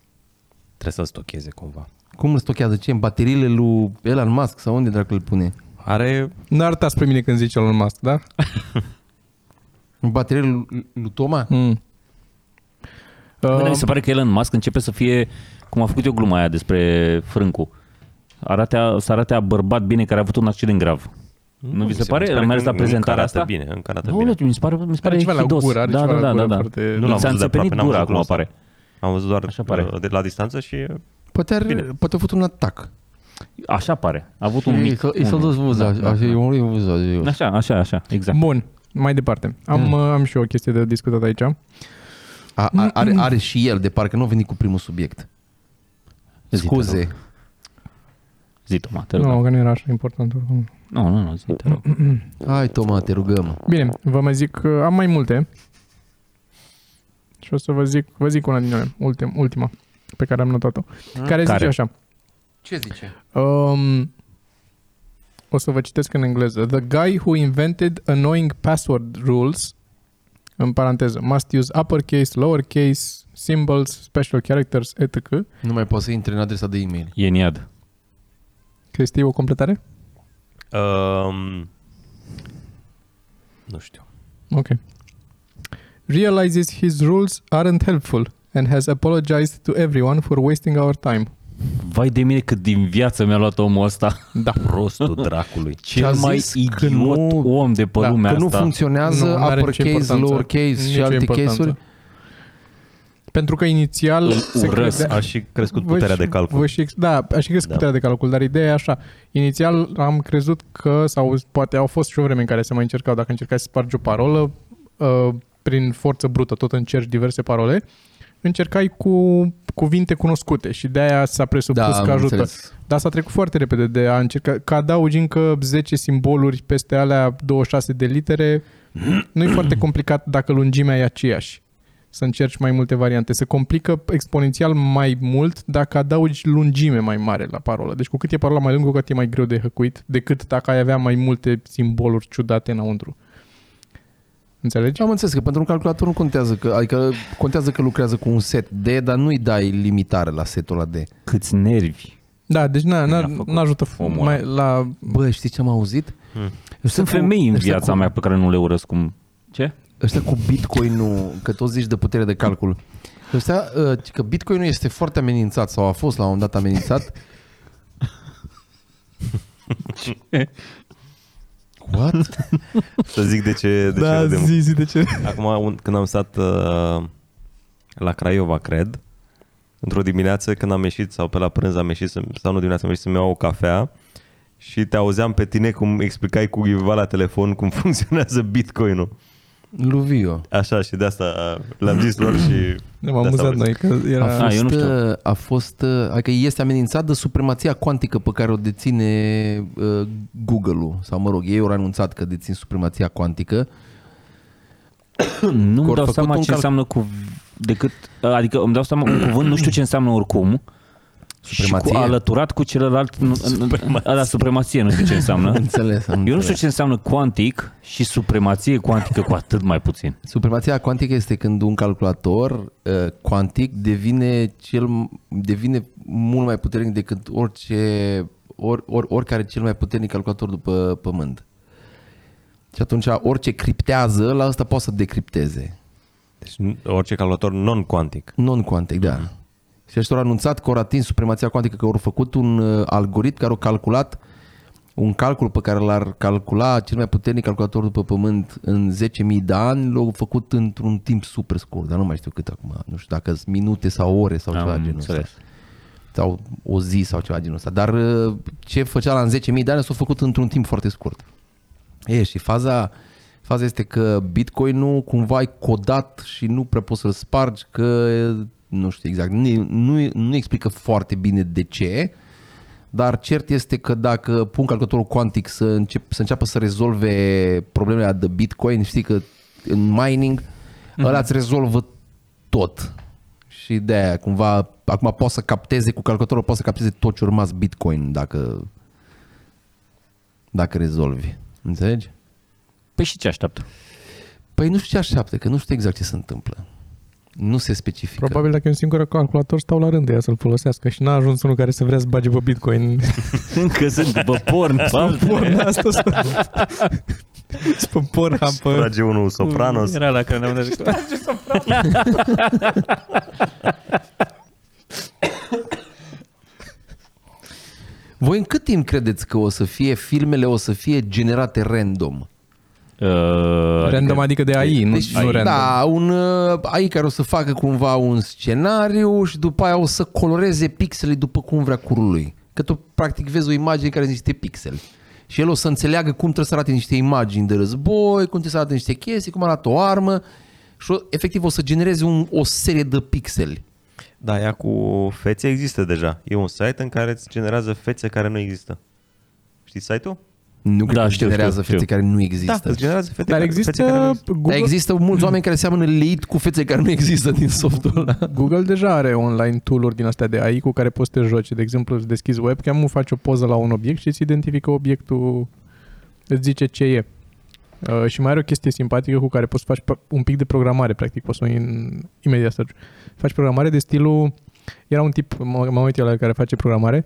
Speaker 2: Trebuie să-l stocheze cumva.
Speaker 3: Cum îl stochează? Ce? În bateriile lui Elon Musk sau unde dracu îl pune?
Speaker 2: Are
Speaker 1: Nu arătați pe mine când zice Elon Musk, da?
Speaker 3: În bateriile lui, lui Toma?
Speaker 1: Mm.
Speaker 4: Bă, dar
Speaker 1: Uh,
Speaker 4: mi se pare că Elon Musk începe să fie, cum a făcut eu gluma aia despre Frâncu, arate, să arate a bărbat bine care a avut un accident grav. Nu, nu vi se, pare? Am mers
Speaker 2: că
Speaker 4: la
Speaker 2: încă
Speaker 4: prezentarea
Speaker 2: arată
Speaker 4: asta?
Speaker 2: Bine, încă arată
Speaker 4: Nu,
Speaker 2: bine.
Speaker 4: nu, mi se pare, mi se pare
Speaker 1: ceva la
Speaker 4: hidos.
Speaker 1: gură, are
Speaker 4: da,
Speaker 1: ceva la
Speaker 4: da,
Speaker 1: gură
Speaker 4: da, da.
Speaker 1: foarte-
Speaker 2: Nu l-am
Speaker 4: l-am s-a
Speaker 2: văzut de
Speaker 4: înțepenit
Speaker 2: aproape, n-am
Speaker 4: gura
Speaker 2: văzut
Speaker 4: acum,
Speaker 2: gluma
Speaker 4: apare.
Speaker 2: Am văzut doar
Speaker 4: Așa pare.
Speaker 2: uh, de la distanță și uh,
Speaker 3: Poate, ar,
Speaker 2: Bine.
Speaker 3: poate a fost un atac.
Speaker 4: Așa pare. A avut un
Speaker 3: Ei,
Speaker 4: mic.
Speaker 3: s-a- i s-a
Speaker 4: unul.
Speaker 3: dus buza, așa, i-a murit buza, eu.
Speaker 4: Așa, așa, așa, exact.
Speaker 1: Bun, mai departe. Am, uh, am și eu o chestie de discutat aici.
Speaker 3: A, a, are, are și el, de parcă nu a venit cu primul subiect.
Speaker 4: Zi, te rog.
Speaker 3: Scuze.
Speaker 4: Zi, Toma, te
Speaker 1: Nu,
Speaker 4: rog. da.
Speaker 1: no, că nu era așa important oricum.
Speaker 4: Nu, nu, nu, zi, te rog.
Speaker 3: Hai, Toma, te rugăm.
Speaker 1: Bine, vă mai zic, uh, am mai multe. Și o să vă zic, vă zic una din ele, ultim, ultima, pe care am notat-o. Care, zice
Speaker 4: Care?
Speaker 1: așa.
Speaker 3: Ce zice?
Speaker 1: Um, o să vă citesc în engleză. The guy who invented annoying password rules, în paranteză, must use uppercase, lowercase, symbols, special characters, etc.
Speaker 3: Nu mai poți să intri în adresa de e-mail.
Speaker 4: E în iad.
Speaker 1: Cristi, o completare?
Speaker 2: Um, nu știu.
Speaker 1: Ok. Realizes his rules aren't helpful and has apologized to everyone for wasting our time.
Speaker 4: Vai de mine cât din viață mi-a luat omul ăsta.
Speaker 1: Da.
Speaker 2: Prostul dracului.
Speaker 4: Cel
Speaker 3: Ce-a
Speaker 4: mai
Speaker 3: zis? Că
Speaker 4: idiot
Speaker 3: nu-
Speaker 4: om de pe
Speaker 3: Da,
Speaker 4: lumea
Speaker 3: că nu
Speaker 4: asta.
Speaker 3: funcționează
Speaker 1: Nu, n-are nicio
Speaker 3: uppercase,
Speaker 1: importanță.
Speaker 3: lowercase și
Speaker 1: Nicio
Speaker 3: alte
Speaker 1: importanță.
Speaker 3: case-uri?
Speaker 1: Pentru că inițial... se
Speaker 4: urăsc.
Speaker 1: crede-
Speaker 2: A și crescut
Speaker 1: Vă
Speaker 2: puterea
Speaker 1: și-
Speaker 2: de calcul.
Speaker 1: Vă și, ex- da, aș crezi da.
Speaker 2: Da.
Speaker 1: puterea de calcul, dar ideea e așa. Inițial am crezut că, sau poate au fost și o vreme în care se mai încercau, dacă încercai să spargi o parolă, uh, prin forță brută tot încerci diverse parole, încercai cu cuvinte cunoscute și de aia s-a presupus
Speaker 3: Da,
Speaker 1: că
Speaker 3: am
Speaker 1: ajută.
Speaker 3: înțeles.
Speaker 1: Dar s-a trecut foarte repede de a încerca, că adaugi încă 10 simboluri peste alea 26 de litere, nu e foarte complicat dacă lungimea e aceeași. să încerci mai multe variante. Se complică exponențial mai mult dacă adaugi lungime mai mare la parolă. Deci cu cât e parola mai lungă, cu cât e mai greu de hăcuit, decât dacă ai avea mai multe simboluri ciudate înăuntru.
Speaker 4: Da.
Speaker 1: Înțelegi?
Speaker 3: Am înțeles că pentru un calculator nu contează că, adică contează că lucrează cu un set D, dar nu-i dai limitare la setul ăla D.
Speaker 4: Câți nervi.
Speaker 1: Da, deci n-a,
Speaker 4: Cum
Speaker 1: n-a,
Speaker 4: l-a făcut
Speaker 1: n-ajută
Speaker 4: omul
Speaker 1: mai la...
Speaker 3: Bă, știi ce am auzit?
Speaker 4: Hmm. Sunt femei în
Speaker 3: ăștia
Speaker 4: viața
Speaker 3: cu-
Speaker 4: mea pe care nu le urăsc cum... Ce?
Speaker 3: Ăștia cu bitcoin nu, că tot zici de putere de calcul. Ăștia, uh, că bitcoin este foarte amenințat sau a fost la un moment dat amenințat. What?
Speaker 2: Să zic de ce, de ce
Speaker 1: da,
Speaker 2: râdem.
Speaker 1: zi, zi, de ce?
Speaker 2: Acum, un, când am stat uh, la Craiova, cred, într-o dimineață când am ieșit sau pe la prânz am ieșit, să, sau nu dimineața am ieșit să-mi iau o cafea și te auzeam pe tine cum explicai cu cuiva la telefon cum funcționează Bitcoin-ul.
Speaker 3: Luvio.
Speaker 2: Așa și de asta uh, le-am zis lor și...
Speaker 1: Ne
Speaker 4: Da,
Speaker 1: m-am amuzat noi că
Speaker 3: A
Speaker 1: era...
Speaker 4: Ah, eu nu
Speaker 3: fost,
Speaker 4: știu.
Speaker 3: uh, a fost, uh, adică este amenințat de supremația cuantică pe care o deține uh, Google-ul, sau mă rog, ei au anunțat că dețin supremația cuantică.
Speaker 4: Nu
Speaker 3: Că
Speaker 4: îmi
Speaker 3: ori
Speaker 4: dau
Speaker 3: făcut
Speaker 4: seama
Speaker 3: un
Speaker 4: ce
Speaker 3: calc-
Speaker 4: înseamnă cu... Decât, adică îmi dau seama un cuvânt, nu știu ce înseamnă oricum. Și cu
Speaker 3: Supremație?
Speaker 4: alăturat cu celălalt, nu- nu- ăla supremație, nu știu ce înseamnă.
Speaker 3: Înțeles, am
Speaker 4: Eu nu știu
Speaker 3: înțeles.
Speaker 4: ce înseamnă cuantic și supremație cuantică cu atât mai puțin.
Speaker 3: Supremația cuantică este când un calculator uh, cuantic devine, cel, devine mult mai puternic decât orice, or, or, oricare cel mai puternic calculator după pământ. Și atunci orice criptează, la asta poate să decripteze.
Speaker 2: Deci, n- orice calculator non-quantic.
Speaker 3: Non-quantic, da. Și ăștia au anunțat că au atins supremația cuantică, că au făcut un uh, algoritm care au calculat un calcul pe care l-ar calcula cel mai puternic calculator după pământ în 10.000 de ani, l-au făcut într-un timp super scurt, dar nu mai știu cât acum, nu știu dacă sunt minute sau ore sau
Speaker 4: Am
Speaker 3: ceva genul ăsta.
Speaker 4: înțeles.
Speaker 3: Sau o zi sau ceva genul ăsta. Dar uh, ce făcea la în 10.000 de ani s-a făcut într-un timp foarte scurt. E, și faza, faza este că Bitcoin-ul cumva ai codat și nu prea poți să-l spargi că nu știu exact, nu, nu, nu explică foarte bine de ce, dar cert este că dacă pun calculatorul cuantic să, încep, să înceapă să rezolve problemele de Bitcoin, știi că în mining mm-hmm. ăla îți rezolvă tot. Și de aia cumva acum poți să capteze cu calculatorul poți să capteze tot ce urmați Bitcoin dacă dacă rezolvi. Înțelegi?
Speaker 4: Păi și ce așteaptă?
Speaker 3: Păi nu știu ce așteaptă, că nu știu exact ce se întâmplă. Nu se specifică.
Speaker 1: Probabil dacă e un singur calculator, stau la rând ea să-l folosească și n-a ajuns unul care să vrea să bage pe Bitcoin.
Speaker 4: Încă sunt după porn.
Speaker 1: Porn asta să... Spun porn, pe...
Speaker 2: Trage unul Sopranos.
Speaker 4: Era la care ne-am dat
Speaker 3: Voi în cât timp credeți că o să fie filmele, o să fie generate random?
Speaker 4: Uh,
Speaker 1: Random adică de AI, nu,
Speaker 3: Deci,
Speaker 1: nu random.
Speaker 3: da, un uh, AI care o să facă cumva un scenariu și după aia o să coloreze pixele după cum vrea curul lui. Că tu practic vezi o imagine care are niște pixeli. Și el o să înțeleagă cum trebuie să arate niște imagini de război, cum trebuie să arate niște chestii, cum arată o armă și o, efectiv o să genereze un, o serie de pixeli.
Speaker 2: Da, ea cu fețe există deja. E un site în care îți generează fețe care nu există. Știi site-ul?
Speaker 3: Nu cred
Speaker 4: Da,
Speaker 3: da, că
Speaker 4: știu,
Speaker 3: generează
Speaker 4: știu,
Speaker 3: fețe
Speaker 4: știu.
Speaker 3: care nu există.
Speaker 2: Da, îți generează fețe
Speaker 1: Dar
Speaker 2: care, fețe care nu
Speaker 1: există
Speaker 2: există.
Speaker 3: Dar
Speaker 1: Google,
Speaker 3: există mulți oameni care seamănă leit cu fețe care nu există din softul ăla.
Speaker 1: Google deja are online tool-uri din astea de AI cu care poți să te joci. De exemplu, îți deschizi webcam-ul, faci o poză la un obiect și îți identifică obiectul, îți zice ce e. Uh, și mai are o chestie simpatică cu care poți să faci pro- un pic de programare, practic, poți să o in, imediat să faci programare de stilul, era un tip, mă, mă uit eu la el care face programare,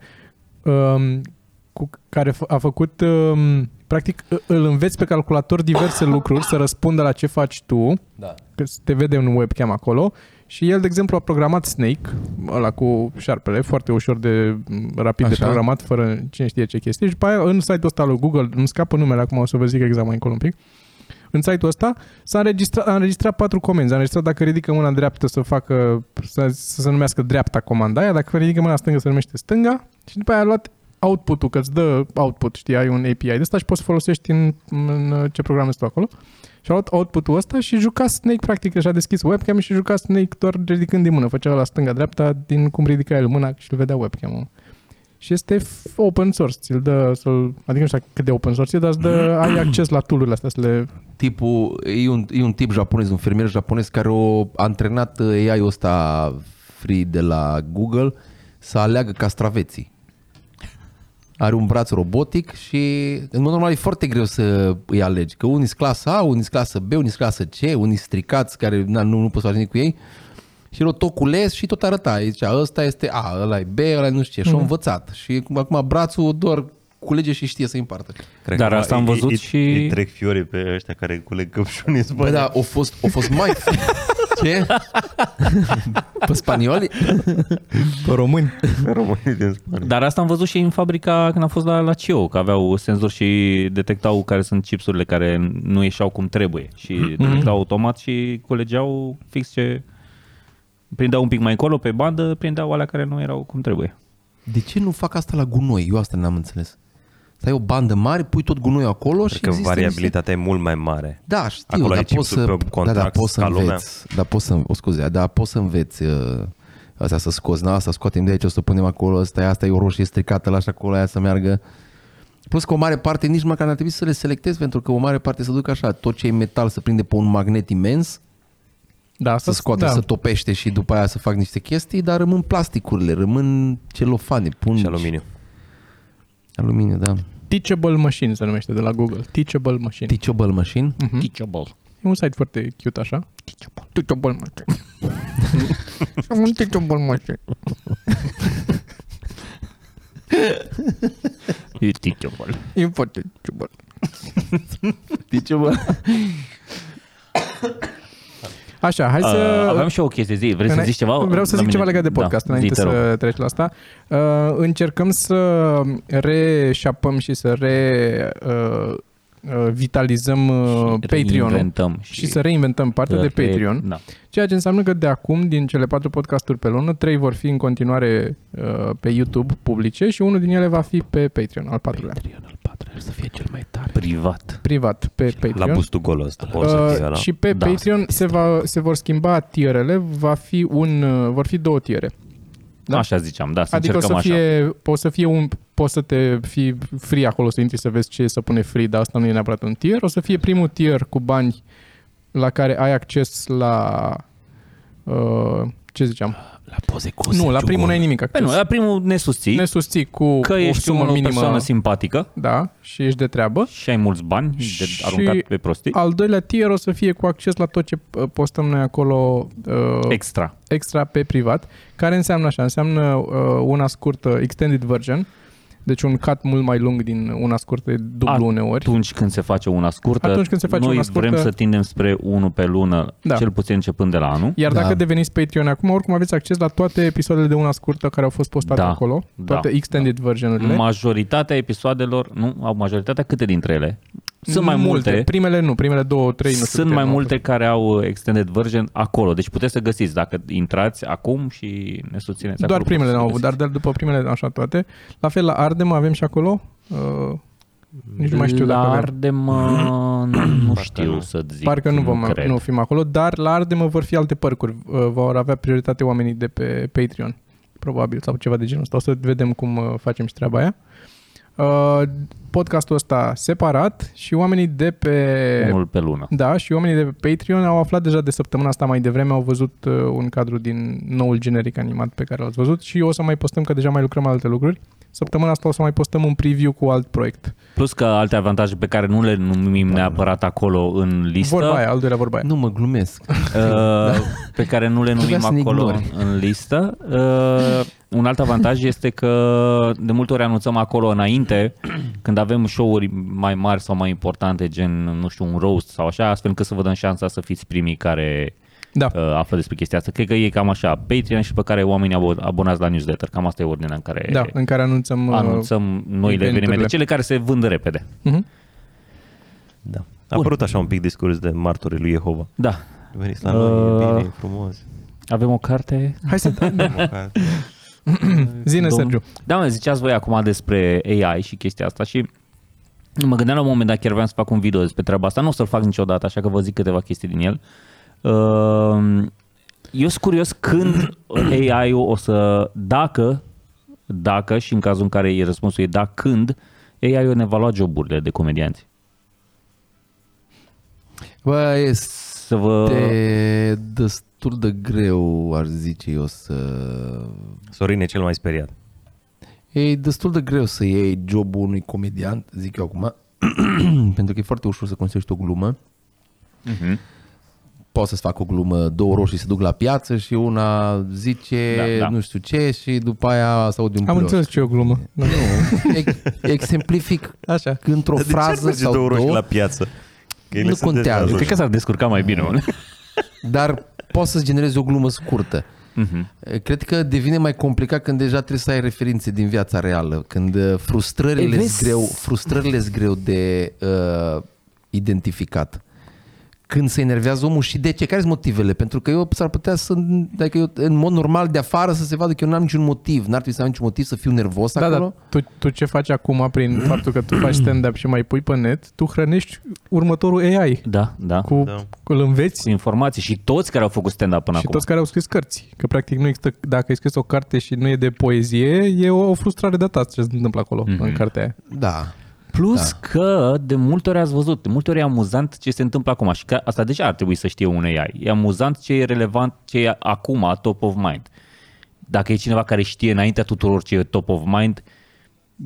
Speaker 1: um, cu care f- a făcut, um, practic, î- îl înveți pe calculator diverse lucruri să răspundă la ce faci tu,
Speaker 3: Da.
Speaker 1: că te vede un webcam acolo și el, de exemplu, a programat Snake, ăla cu șarpele, foarte ușor de m, rapid Așa. de
Speaker 3: Așa.
Speaker 1: programat, fără cine știe ce chestii. Și după aia, în site-ul ăsta lui Google, îmi scapă numele, acum o să vă zic exact mai încolo un pic, în site-ul ăsta s-a înregistrat, a înregistrat patru comenzi. A înregistrat dacă ridică mâna dreaptă să facă, să, să se numească dreapta comanda aia, dacă ridică mâna stângă se numește stânga și după aia a luat output-ul, că îți dă output, știi, ai un API de ăsta și poți să folosești în, în uh, ce program este tu acolo. Și a luat output-ul ăsta și juca Snake, practic, și-a deschis webcam și juca Snake doar ridicând din mână. Făcea la stânga-dreapta din cum ridica el mâna și îl vedea webcam-ul. Și este f- open source, ți-l dă, să-l, adică nu știu cât de open source e, dar îți dă, ai acces la tool-urile astea să le...
Speaker 3: Tipul, e un, e un tip japonez, un fermier japonez care o, a antrenat uh, AI-ul ăsta free de la Google să aleagă castraveții. Are un braț robotic și în mod normal e foarte greu să îi alegi, că unii sunt clasa A, unii sunt clasă B, unii sunt clasă C, unii sunt stricați care na, nu, nu poți face nimic cu ei. Și el o tot cules și tot arăta. Îi Zicea, ăsta este A, ăla e B, ăla e nu știu ce. Și a învățat. Și cum acum brațul doar culege și știe să împartă.
Speaker 2: Cred
Speaker 4: Dar
Speaker 2: că
Speaker 4: asta am
Speaker 2: îi-
Speaker 4: văzut
Speaker 2: îi-
Speaker 4: și-
Speaker 2: Îi trec fiorii pe ăștia care culeg căpșuni în
Speaker 3: Bă,
Speaker 4: Păi
Speaker 2: Spania.
Speaker 3: da, au fost, au fost mai... ce? Pe spanioli?
Speaker 1: Pe români.
Speaker 2: Românii din Spania.
Speaker 4: Dar asta am văzut da. și în fabrica când am fost la, la CIO, că aveau senzor și detectau care sunt chipsurile care nu ieșeau cum trebuie și
Speaker 1: Mhm.
Speaker 4: detectau automat și colegeau fix ce prindeau un pic mai încolo pe bandă, prindeau alea care nu erau cum trebuie.
Speaker 3: De ce nu fac asta la gunoi? Eu asta n-am înțeles. Să ai o bandă mare, pui tot gunoiul acolo și
Speaker 2: Cred că
Speaker 3: există niște-
Speaker 2: variabilitatea e mult mai mare.
Speaker 3: Da, știu,
Speaker 2: Acolo
Speaker 3: dar
Speaker 2: ai
Speaker 3: poți
Speaker 2: chipsul pe
Speaker 3: să, da,
Speaker 2: contract
Speaker 3: da, poți să
Speaker 2: ca lumea.
Speaker 3: înveți, da, poți să, o scuze, da, poți să înveți uh, asta să scoți, na, asta scoatem de aici, o să punem acolo, asta e, asta e o roșie stricată, lași acolo, aia să meargă. Plus că o mare parte nici măcar n-ar trebui să le selectezi, pentru că o mare parte se duc așa, tot ce e metal se prinde pe un magnet imens,
Speaker 1: Da,
Speaker 3: să scoată, da. să topește și după aia să fac niște chestii, dar rămân plasticurile, rămân celofane, pun
Speaker 2: Și aluminiu.
Speaker 3: Aluminiu, da.
Speaker 1: Teachable Machine se numește de la Google. Teachable Machine.
Speaker 3: Teachable machine.
Speaker 1: Mhm.
Speaker 4: Teachable.
Speaker 1: E un site foarte cute așa. Teachable. Teachable machine. Am un teachable machine.
Speaker 4: E teachable.
Speaker 1: E foarte teachable.
Speaker 3: Teachable.
Speaker 1: Așa, hai să...
Speaker 4: Uh, aveam și eu o chestie, zi, vrei să
Speaker 1: Înainte-
Speaker 4: zici ceva?
Speaker 1: Vreau să zic
Speaker 4: La mine?
Speaker 1: ceva legat de podcast,
Speaker 4: da,
Speaker 1: înainte
Speaker 4: zi, te rog.
Speaker 1: să treci la asta. Uh, încercăm să reșapăm și să re... Uh, uh, vitalizăm uh, Patreon-ul
Speaker 4: Reinventăm
Speaker 1: și, și să reinventăm partea de
Speaker 4: re-
Speaker 1: Patreon.
Speaker 4: Da.
Speaker 1: Ceea ce înseamnă că de acum, din cele patru podcasturi pe lună, trei vor fi în continuare uh, pe YouTube publice și unul din ele va fi pe Patreon, al patrulea.
Speaker 4: Patreon al patrulea să fie cel mai tare. Privat.
Speaker 1: Privat, pe Patreon.
Speaker 2: La bustul gol ăsta. o să fie
Speaker 1: Uh,
Speaker 2: ăla.
Speaker 1: și pe
Speaker 4: Da,
Speaker 1: da, Patreon se, va, se vor schimba tierele, va fi un, uh, vor fi două tiere.
Speaker 4: Da.
Speaker 1: Da.
Speaker 4: Așa ziceam, da, să
Speaker 1: Adică o să
Speaker 4: încercăm așa.
Speaker 1: fie, o să fie un, poți să te fii free acolo, să intri să vezi ce să pune free, dar asta nu e neapărat un tier. O să fie primul tier cu bani la care ai acces la, uh, ce ziceam?
Speaker 3: La poze cu
Speaker 1: nu, la primul n-ai nimic
Speaker 4: Păi
Speaker 1: acces.
Speaker 4: nu, la primul ne susții.
Speaker 1: ne susții cu
Speaker 4: că
Speaker 1: o
Speaker 4: ești
Speaker 1: sumă
Speaker 4: o
Speaker 1: minimă
Speaker 4: persoană simpatică
Speaker 1: da, și ești de treabă.
Speaker 4: și ai mulți bani de
Speaker 1: Și-
Speaker 4: aruncat pe prostii.
Speaker 1: Al doilea tier o să fie cu acces la tot ce uh, postăm noi acolo uh,
Speaker 4: Extra.
Speaker 1: extra pe privat, care înseamnă așa, înseamnă uh, una scurtă, extended version, deci un cut mult mai lung din una scurtă, e dublu
Speaker 4: Atunci
Speaker 1: uneori.
Speaker 4: Atunci când se face una scurtă,
Speaker 1: Atunci când se face
Speaker 4: noi
Speaker 1: una scurtă-
Speaker 4: vrem să tindem spre unul pe lună,
Speaker 1: Da.
Speaker 4: cel puțin începând de la anul.
Speaker 1: Iar
Speaker 3: Da.
Speaker 1: da. dacă deveniți Patreon acum, oricum aveți acces la toate episoadele de una scurtă care au fost postate
Speaker 4: Da.
Speaker 1: acolo,
Speaker 4: Da.
Speaker 1: toate extended versionurile.
Speaker 4: Majoritatea episoadelor, nu, au majoritatea câte dintre ele? Sunt mai multe,
Speaker 1: Primele nu, primele două, trei, nu știu
Speaker 4: sunt
Speaker 1: câte
Speaker 4: mai
Speaker 1: erau.
Speaker 4: multe care au uh, extended version acolo, deci puteți să găsiți dacă intrați acum și ne susțineți
Speaker 1: Doar
Speaker 4: acolo.
Speaker 1: primele
Speaker 4: puteți
Speaker 1: n-au
Speaker 4: să
Speaker 1: avut,
Speaker 4: găsiți.
Speaker 1: dar de- după primele așa toate. La fel la Ardem avem și acolo. Uh, nici nu mai știu dacă
Speaker 4: la
Speaker 1: avem.
Speaker 4: Ardem, uh, nu știu
Speaker 2: nu.
Speaker 4: să zic.
Speaker 1: Parcă nu vom
Speaker 4: cred.
Speaker 1: nu fim acolo, dar la Ardem vor fi alte părcuri. Uh, Vor avea prioritate oamenii de pe Patreon, probabil, sau ceva de genul ăsta. O să vedem cum uh, facem și treaba aia. Uh, Podcastul ăsta separat și oamenii de pe...
Speaker 4: Unul pe lună.
Speaker 1: Da, și oamenii de pe Patreon au aflat deja de săptămâna asta mai devreme, au văzut uh, un cadru din noul generic animat pe care l-ați văzut și o să mai postăm, că deja mai lucrăm la alte lucruri. Săptămâna asta o să mai postăm un preview cu alt proiect.
Speaker 4: Plus că alte avantaje pe care nu le numim neapărat acolo în listă,
Speaker 1: Da, Vorba aia, Da. al doilea vorba aia.
Speaker 3: Nu mă glumesc.
Speaker 4: uh, pe care nu le
Speaker 3: Trebuia
Speaker 4: numim
Speaker 3: să ne
Speaker 4: acolo
Speaker 3: ignori.
Speaker 4: în listă, uh, un alt avantaj este că de multe ori anunțăm acolo înainte, când avem show-uri mai mari sau mai importante, gen, nu știu, un roast sau așa, astfel încât să vă dăm șansa să fiți primii care
Speaker 1: Da.
Speaker 4: uh, află despre chestia asta. Cred că e cam așa, Patreon și pe care oamenii abo- abonați la newsletter. Cam asta e ordinea în care
Speaker 1: Da, în care anunțăm... uh,
Speaker 4: anunțăm noile
Speaker 1: eventurile.
Speaker 4: evenimente, cele care se vând repede.
Speaker 1: Mhm.
Speaker 2: Da. A apărut așa un pic discurs de martorii lui Jehova.
Speaker 4: Da,
Speaker 2: Veniți la noi,
Speaker 4: Uh,
Speaker 2: e bine, e frumos.
Speaker 4: avem o carte.
Speaker 1: Hai să...
Speaker 2: Măcar-
Speaker 1: Zine,
Speaker 4: Domn-
Speaker 1: Sergiu.
Speaker 4: Da, mă, ziceați voi acum despre AI și chestia asta și mă gândeam la un moment dat chiar vreau să fac un video despre treaba asta, nu o să-l fac niciodată, așa că vă zic câteva chestii din el. Ehm, Uh, Eu sunt curios când AI-ul o să, dacă dacă și în cazul în care e răspunsul e da, când AI-ul ne va lua joburile de comedianți.
Speaker 3: Bă, e
Speaker 4: Să
Speaker 1: Uh.
Speaker 4: vă...
Speaker 3: de destul de greu, aș zice eu, să...
Speaker 2: Sorin e cel mai speriat.
Speaker 3: E destul de greu să iei jobul unui comedian, zic eu acum, pentru că e foarte ușor să construiești o glumă.
Speaker 5: Mhm.
Speaker 3: Poți să-ți fac o glumă, două roșii se duc la piață și una zice
Speaker 4: Da,
Speaker 3: da,
Speaker 4: da.
Speaker 3: da. nu știu ce și după aia se aude un
Speaker 1: Am
Speaker 3: plâns.
Speaker 1: înțeles ce e o glumă. Da.
Speaker 3: Nu, ex- exemplific
Speaker 1: Așa.
Speaker 3: într-o
Speaker 2: Dar de ce ar
Speaker 3: frază
Speaker 2: merge
Speaker 3: sau
Speaker 2: două
Speaker 3: două,
Speaker 2: roșii la piață? Că ele
Speaker 3: Nu
Speaker 2: sunt
Speaker 3: contează.
Speaker 2: deja
Speaker 4: Eu cred
Speaker 2: roșii.
Speaker 4: că s-ar descurca mai bine, mă.
Speaker 3: dar poți să-ți generezi o glumă scurtă. Mhm. Cred că devine mai complicat când deja trebuie să ai referințe din viața reală, când uh,
Speaker 4: Ei,
Speaker 3: frustrările
Speaker 4: vezi-
Speaker 3: sunt greu, frustrările sunt greu de uh, identificat. Când se enervează omul și de ce? Care sunt motivele? Pentru că eu s-ar putea să, dacă eu, în mod normal de afară să se vadă că eu n-am niciun motiv, n-ar trebui să am niciun motiv să fiu nervos
Speaker 1: Da,
Speaker 3: acolo.
Speaker 1: da. Tu, tu ce faci acum prin faptul că tu faci stand-up și mai pui pe net, tu hrănești următorul AI.
Speaker 4: Da, da. Cu
Speaker 1: Cu,
Speaker 2: Da.
Speaker 1: cu îl înveți
Speaker 4: informații și toți care au făcut stand-up până
Speaker 1: și
Speaker 4: acum.
Speaker 1: toți care au scris cărți. Că practic nu există, dacă ai scris o carte și nu e de poezie, e o, o frustrare de ta ce se întâmplă acolo mm-hmm.
Speaker 4: Mhm.
Speaker 1: în cartea aia.
Speaker 3: da.
Speaker 4: Plus da. că de multe ori ați văzut, de multe ori e amuzant ce se întâmplă acum și că asta deja ar trebui să știe un AI. E amuzant ce e relevant, ce e acum top of mind. Dacă e cineva care știe înaintea tuturor ce e top of mind,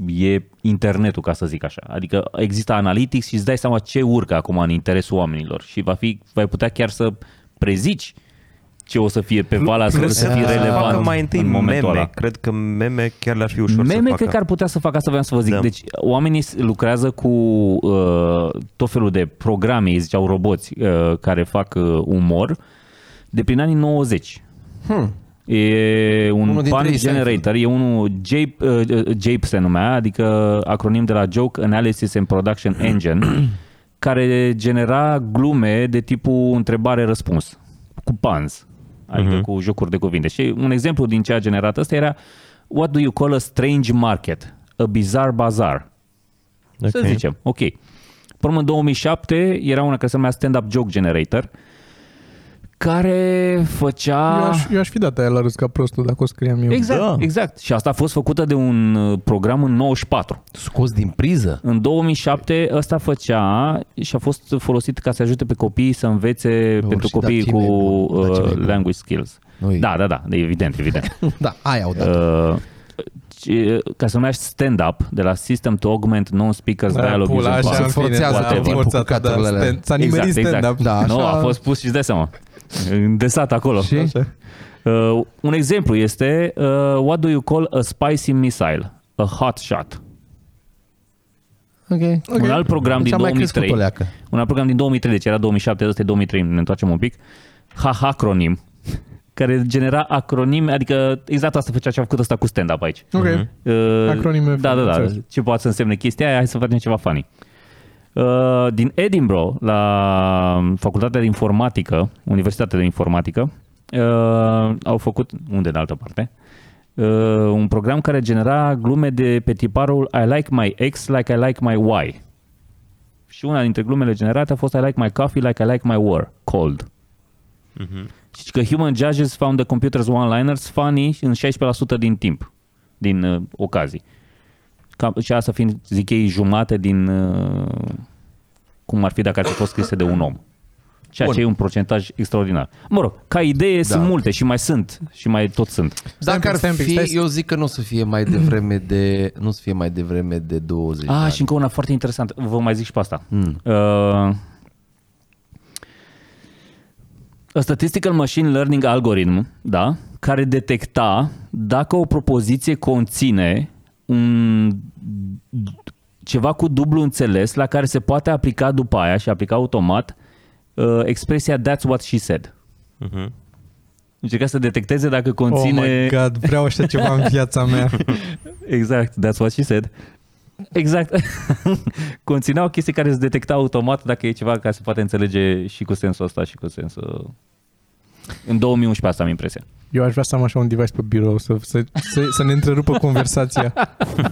Speaker 4: e internetul, ca să zic așa. Adică există analytics și îți dai seama ce urcă acum în interesul oamenilor și va fi, vai putea chiar să prezici ce o să fie pe vala asta, o să fie
Speaker 2: Să facă
Speaker 4: relevant
Speaker 2: mai întâi
Speaker 4: în
Speaker 2: meme.
Speaker 4: momentul ăla.
Speaker 2: Cred că meme chiar le-ar fi ușor să
Speaker 4: Meme
Speaker 2: facă.
Speaker 4: cred că ar putea să facă asta, vreau să vă zic.
Speaker 2: Da.
Speaker 4: Da. Deci oamenii s- lucrează cu uh, tot felul de programe, ei ziceau roboți, uh, care fac uh, umor, de prin anii 90. Hmm. E un
Speaker 3: Unul dintre
Speaker 4: pun
Speaker 3: ei,
Speaker 4: generator, e unul JAPE, uh, uh, JAPE se numea, adică acronim de la Joke Analysis and Production Engine, care genera glume de tipul întrebare-răspuns, cu puns,
Speaker 3: Mhm.
Speaker 4: adică uh-huh. cu jocuri de cuvinte. Și un exemplu din ce a generat ăsta era What do you call a strange market? A bizarre bazaar. Okay. Să
Speaker 2: Ok.
Speaker 4: zicem, ok. Până în 2007 era una care se numea Stand Up Joke Generator, care făcea...
Speaker 1: Eu, aș, eu aș fi dat aia la râs ca prostul dacă o scriam eu.
Speaker 4: Ah. Exact,
Speaker 2: Da.
Speaker 4: da. exact. Și asta a fost făcută de un uh, program în 94.
Speaker 3: Scos din priză?
Speaker 4: În 2007 ăsta făcea și a fost folosit ca să ajute pe copiii să învețe
Speaker 3: Bă,
Speaker 4: pentru
Speaker 3: și da,
Speaker 4: copiii
Speaker 3: ce
Speaker 4: cu
Speaker 3: mai bun, da, ce mai
Speaker 4: uh,
Speaker 3: bun.
Speaker 4: language skills.
Speaker 3: Nu e-
Speaker 4: Da, da, da, evident, evident.
Speaker 3: Da, aia au dat.
Speaker 4: Uh, ce- ca să numești stand-up de la System to Augment Non-Speakers
Speaker 1: Da,
Speaker 4: Dialogue
Speaker 1: pula,
Speaker 4: Using
Speaker 1: așa
Speaker 4: Puzzle.
Speaker 1: în fine,
Speaker 3: forțează
Speaker 1: da,
Speaker 3: tot timpul cu
Speaker 1: forțat, da,
Speaker 3: caturile alea.
Speaker 1: stand- S-a nimerit stand-up.
Speaker 3: Da,
Speaker 4: Exact, Nu,
Speaker 3: așa-
Speaker 4: a fost pus și de seama. Îndesat acolo.
Speaker 3: Și? Așa.
Speaker 4: Uh, un exemplu este uh, What do you call a spicy missile? A hot shot.
Speaker 3: Ok.
Speaker 4: Okay. Un alt program
Speaker 3: Deci
Speaker 4: din
Speaker 3: am mai crescut
Speaker 4: 2003.
Speaker 3: o leacă.
Speaker 4: Un alt program din 2003, deci era 2007, ăsta e 2003, ne întoarcem un pic. Hahacronim, care genera acronime, adică exact asta făcea ce a făcut ăsta cu stand-up aici.
Speaker 1: Ok. Mm-hmm.
Speaker 4: Uh,
Speaker 1: Acronime
Speaker 4: Da, da, da.
Speaker 1: înțeles.
Speaker 4: Ce poate să însemne chestia aia, hai să facem ceva funny. Uh, din Edinburgh, la Facultatea de Informatică, Universitatea de Informatică, uh, au făcut, unde în altă parte, uh, un program care genera glume de pe tiparul I like my ex like I like my why. Și una dintre glumele generate a fost I like my coffee like I like my war, cold. Și că human judges found the computer's one-liners funny în 16% din timp, din uh, ocazii. Cam, și asta fiind, zic ei, jumate din uh, cum ar fi dacă ar fi fost scrise de un om. Ceea ce e un procentaj extraordinar. Mă rog, ca idee da. sunt multe și mai sunt și mai tot sunt.
Speaker 1: Stai un
Speaker 3: Dacă
Speaker 1: pic,
Speaker 3: ar
Speaker 1: stai un pic,
Speaker 3: fi,
Speaker 1: stai să-
Speaker 3: eu zic că nu o să fie mai devreme de, nu o să fie mai devreme de
Speaker 1: Deci
Speaker 3: 20 de
Speaker 4: Ah,
Speaker 1: da.
Speaker 3: ani.
Speaker 4: și încă una foarte interesantă. Vă mai zic și pe asta.
Speaker 1: Hmm.
Speaker 4: Mm. Uh, a statistical machine learning algoritm, da, care detecta dacă o propoziție conține un ceva cu dublu înțeles la care se poate aplica după aia și aplica automat uh, expresia that's what she said.
Speaker 2: Mhm.
Speaker 4: Încerca să detecteze dacă
Speaker 1: Oh
Speaker 4: conține
Speaker 1: my god, vreau așa ceva în viața mea.
Speaker 4: Exact, that's what she said. Exact. Conținea o chestie care îți detecta automat dacă e ceva care se poate înțelege și cu sensul ăsta și cu sensul... În 2011 asta am impresia.
Speaker 1: Eu aș vrea să am așa un device pe birou să, să, să, să ne întrerupă conversația.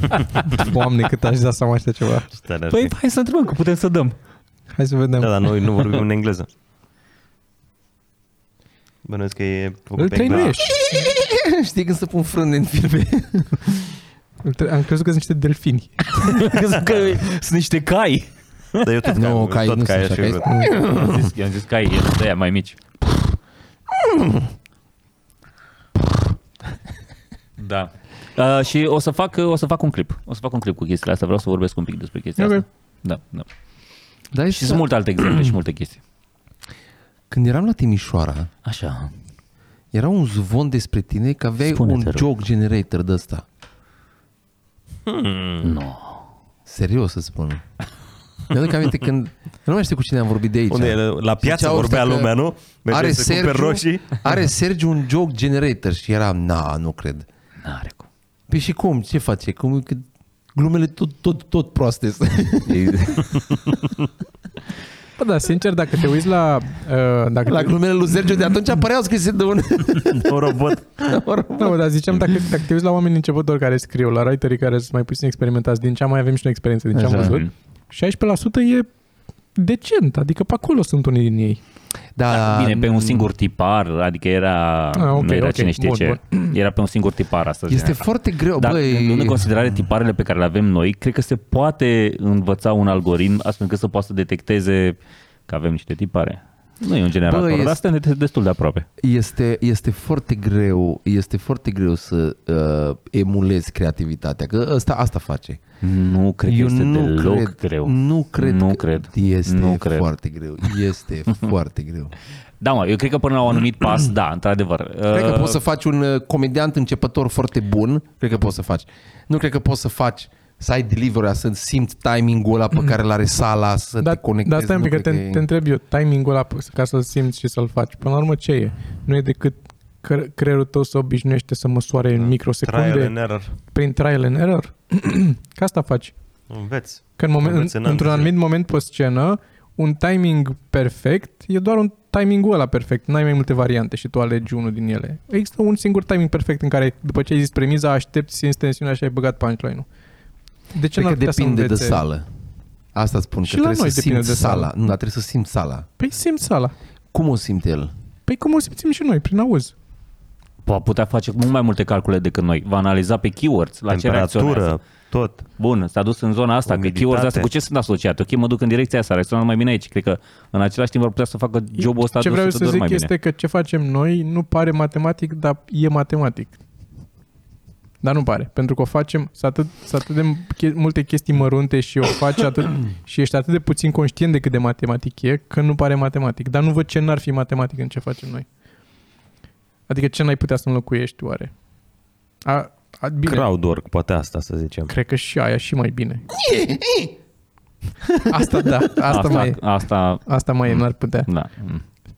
Speaker 1: Doamne, cât aș da să am așa ceva.
Speaker 2: Ce tare ar
Speaker 4: Păi
Speaker 2: fi.
Speaker 4: hai să întrebăm, că putem să dăm.
Speaker 1: Hai să vedem.
Speaker 2: Da, dar noi nu vorbim în engleză. Bănuiesc că e...
Speaker 4: da.
Speaker 1: Îl trăinuiești.
Speaker 3: Știi când să pun frâne în filme?
Speaker 1: Am crezut că sunt niște delfini.
Speaker 4: Crezi că sunt niște cai.
Speaker 2: Dar eu tot
Speaker 3: Nu,
Speaker 2: Da, ca,
Speaker 3: cai
Speaker 2: tot
Speaker 3: nu
Speaker 2: ca
Speaker 3: sunt
Speaker 2: și
Speaker 3: așa,
Speaker 2: vrut.
Speaker 4: Am zis, am zis cai, de aia mai mici. Da. Uh, și o să fac o să fac un clip. O să fac un clip cu chestiile astea. Vreau să vorbesc un pic despre chestia
Speaker 1: Ok.
Speaker 4: asta. Da, da.
Speaker 3: Da,
Speaker 4: Și sunt multe alte exemple și multe chestii.
Speaker 3: Când eram la Timișoara,
Speaker 4: Așa.
Speaker 3: era un zvon despre tine că aveai
Speaker 4: Spune-te,
Speaker 3: un
Speaker 4: rog.
Speaker 3: joke generator de ăsta.
Speaker 4: Nu. No.
Speaker 3: Serios să spun. Mi aduc aminte când... Nu mai știu cu cine am vorbit de aici.
Speaker 2: Unde e? La piață
Speaker 3: Ziceau ăștia
Speaker 2: vorbea
Speaker 3: că
Speaker 2: lumea, nu? Mergeai
Speaker 3: Are
Speaker 2: să cumperi
Speaker 3: Sergiu,
Speaker 2: roșii.
Speaker 3: are Sergiu un joke generator și era, na, nu cred.
Speaker 4: N-are cum.
Speaker 3: Păi și cum? Ce face? Cum, că glumele tot, tot, tot proaste sunt.
Speaker 1: Bă, da, sincer, dacă te uiți la... Uh, dacă
Speaker 3: La glumele lui Sergiu de atunci apăreau scrise de un...
Speaker 2: Un robot.
Speaker 1: Nu, dar ziceam, dacă, dacă te uiți la oamenii începători care scriu, la writerii care sunt mai puțin experimentați, din ce am mai avem și noi experiență, din ce am
Speaker 3: Așa.
Speaker 1: văzut, 16% e decent, adică pe acolo sunt unii din ei.
Speaker 3: Da,
Speaker 4: Bine, pe un singur tipar, adică era,
Speaker 1: Ah, ok,
Speaker 4: nu era
Speaker 1: ok,
Speaker 4: cine știe
Speaker 1: bun,
Speaker 4: ce. Era pe un singur tipar astăzi.
Speaker 3: Este
Speaker 4: genera.
Speaker 3: foarte greu,
Speaker 4: Dar
Speaker 3: băi.
Speaker 4: luând Da, în considerare tiparele pe care le avem noi, cred că se poate învăța un algoritm astfel încât să poată să detecteze că avem niște tipare. Nu e un generator,
Speaker 3: Bă,
Speaker 4: Bă,
Speaker 3: este-
Speaker 4: dar asta ne destul de aproape.
Speaker 3: Este, este foarte greu, este foarte greu să uh, emulezi creativitatea, că asta, asta face.
Speaker 4: Nu cred că este deloc greu.
Speaker 3: Nu cred.
Speaker 4: Nu
Speaker 3: că-
Speaker 4: cred.
Speaker 3: Este
Speaker 4: Nu cred.
Speaker 3: foarte greu. Este foarte greu.
Speaker 4: Da, mă, eu cred că până la un anumit pas, da, într-adevăr.
Speaker 3: Cred că
Speaker 4: Uh,
Speaker 3: poți să faci un uh, comediant începător foarte bun, cred că poți să faci. Nu cred că poți să faci să ai delivery să simți timingul ăla pe care l-are sala, să
Speaker 1: Dar
Speaker 3: te conectezi.
Speaker 1: dar Da, stai un
Speaker 3: nu
Speaker 1: pic, că te,
Speaker 3: cred
Speaker 1: că
Speaker 3: e-
Speaker 1: te întreb eu, timingul ăla p- ca să-l simți și să-l faci. Până la urmă, ce e? Nu e decât că creierul tău se obișnuiește să
Speaker 2: Da.
Speaker 1: măsoare în
Speaker 2: Trial and
Speaker 1: microsecunde
Speaker 2: error.
Speaker 1: prin trial and error? Că asta faci.
Speaker 2: Înveți.
Speaker 1: Că în moment, în,
Speaker 2: Impresionant.
Speaker 1: într-un anumit moment pe scenă, un timing perfect e doar un timing ăla perfect. N-ai mai multe variante și tu alegi unul din ele. Există un singur timing perfect în care, după ce ai zis premiza, aștepți, simți tensiunea și ai băgat punchline-ul. De ce
Speaker 3: Cred
Speaker 1: n-ar
Speaker 3: că
Speaker 1: putea să
Speaker 3: depinde de
Speaker 1: învețe?
Speaker 3: sală. Asta spun,
Speaker 1: Și
Speaker 3: că
Speaker 1: la
Speaker 3: trebuie
Speaker 1: noi
Speaker 3: să
Speaker 1: depinde
Speaker 3: simți
Speaker 1: de sală.
Speaker 3: sala. Nu, dar trebuie să simți sala.
Speaker 1: Păi simți sala.
Speaker 3: Cum o simte el?
Speaker 1: Păi cum o simțim și noi, prin auz.
Speaker 4: va putea face mult mai multe calcule decât noi. Va analiza pe keywords, la ce reacționează.
Speaker 2: Temperatură, tot.
Speaker 4: Bun, s-a dus în zona asta, că
Speaker 2: Umiditate.
Speaker 4: keywords astea cu ce sunt asociate? Ok, mă duc în direcția asta, reacționează mai bine aici. Cred că în același timp ar putea să facă jobul ăsta
Speaker 1: ce
Speaker 4: de
Speaker 1: vreau să
Speaker 4: 100 de ori
Speaker 1: zic
Speaker 4: mai
Speaker 1: este
Speaker 4: bine.
Speaker 1: că ce facem noi nu pare matematic, dar e matematic. Dar nu pare, pentru că o facem sunt atât, sunt atât de che- multe chestii mărunte și o faci atât, și ești atât de puțin conștient de cât de matematic e, că nu pare matematic. Dar nu văd ce n-ar fi matematic în ce facem noi. Adică ce n-ai putea să înlocuiești, oare? A, a, bine,
Speaker 2: Crowdwork, poate asta să zicem.
Speaker 1: cred că și aia și mai bine. Asta da, asta, asta mai e.
Speaker 4: asta,
Speaker 1: Asta mai e, n-ar putea.
Speaker 4: da.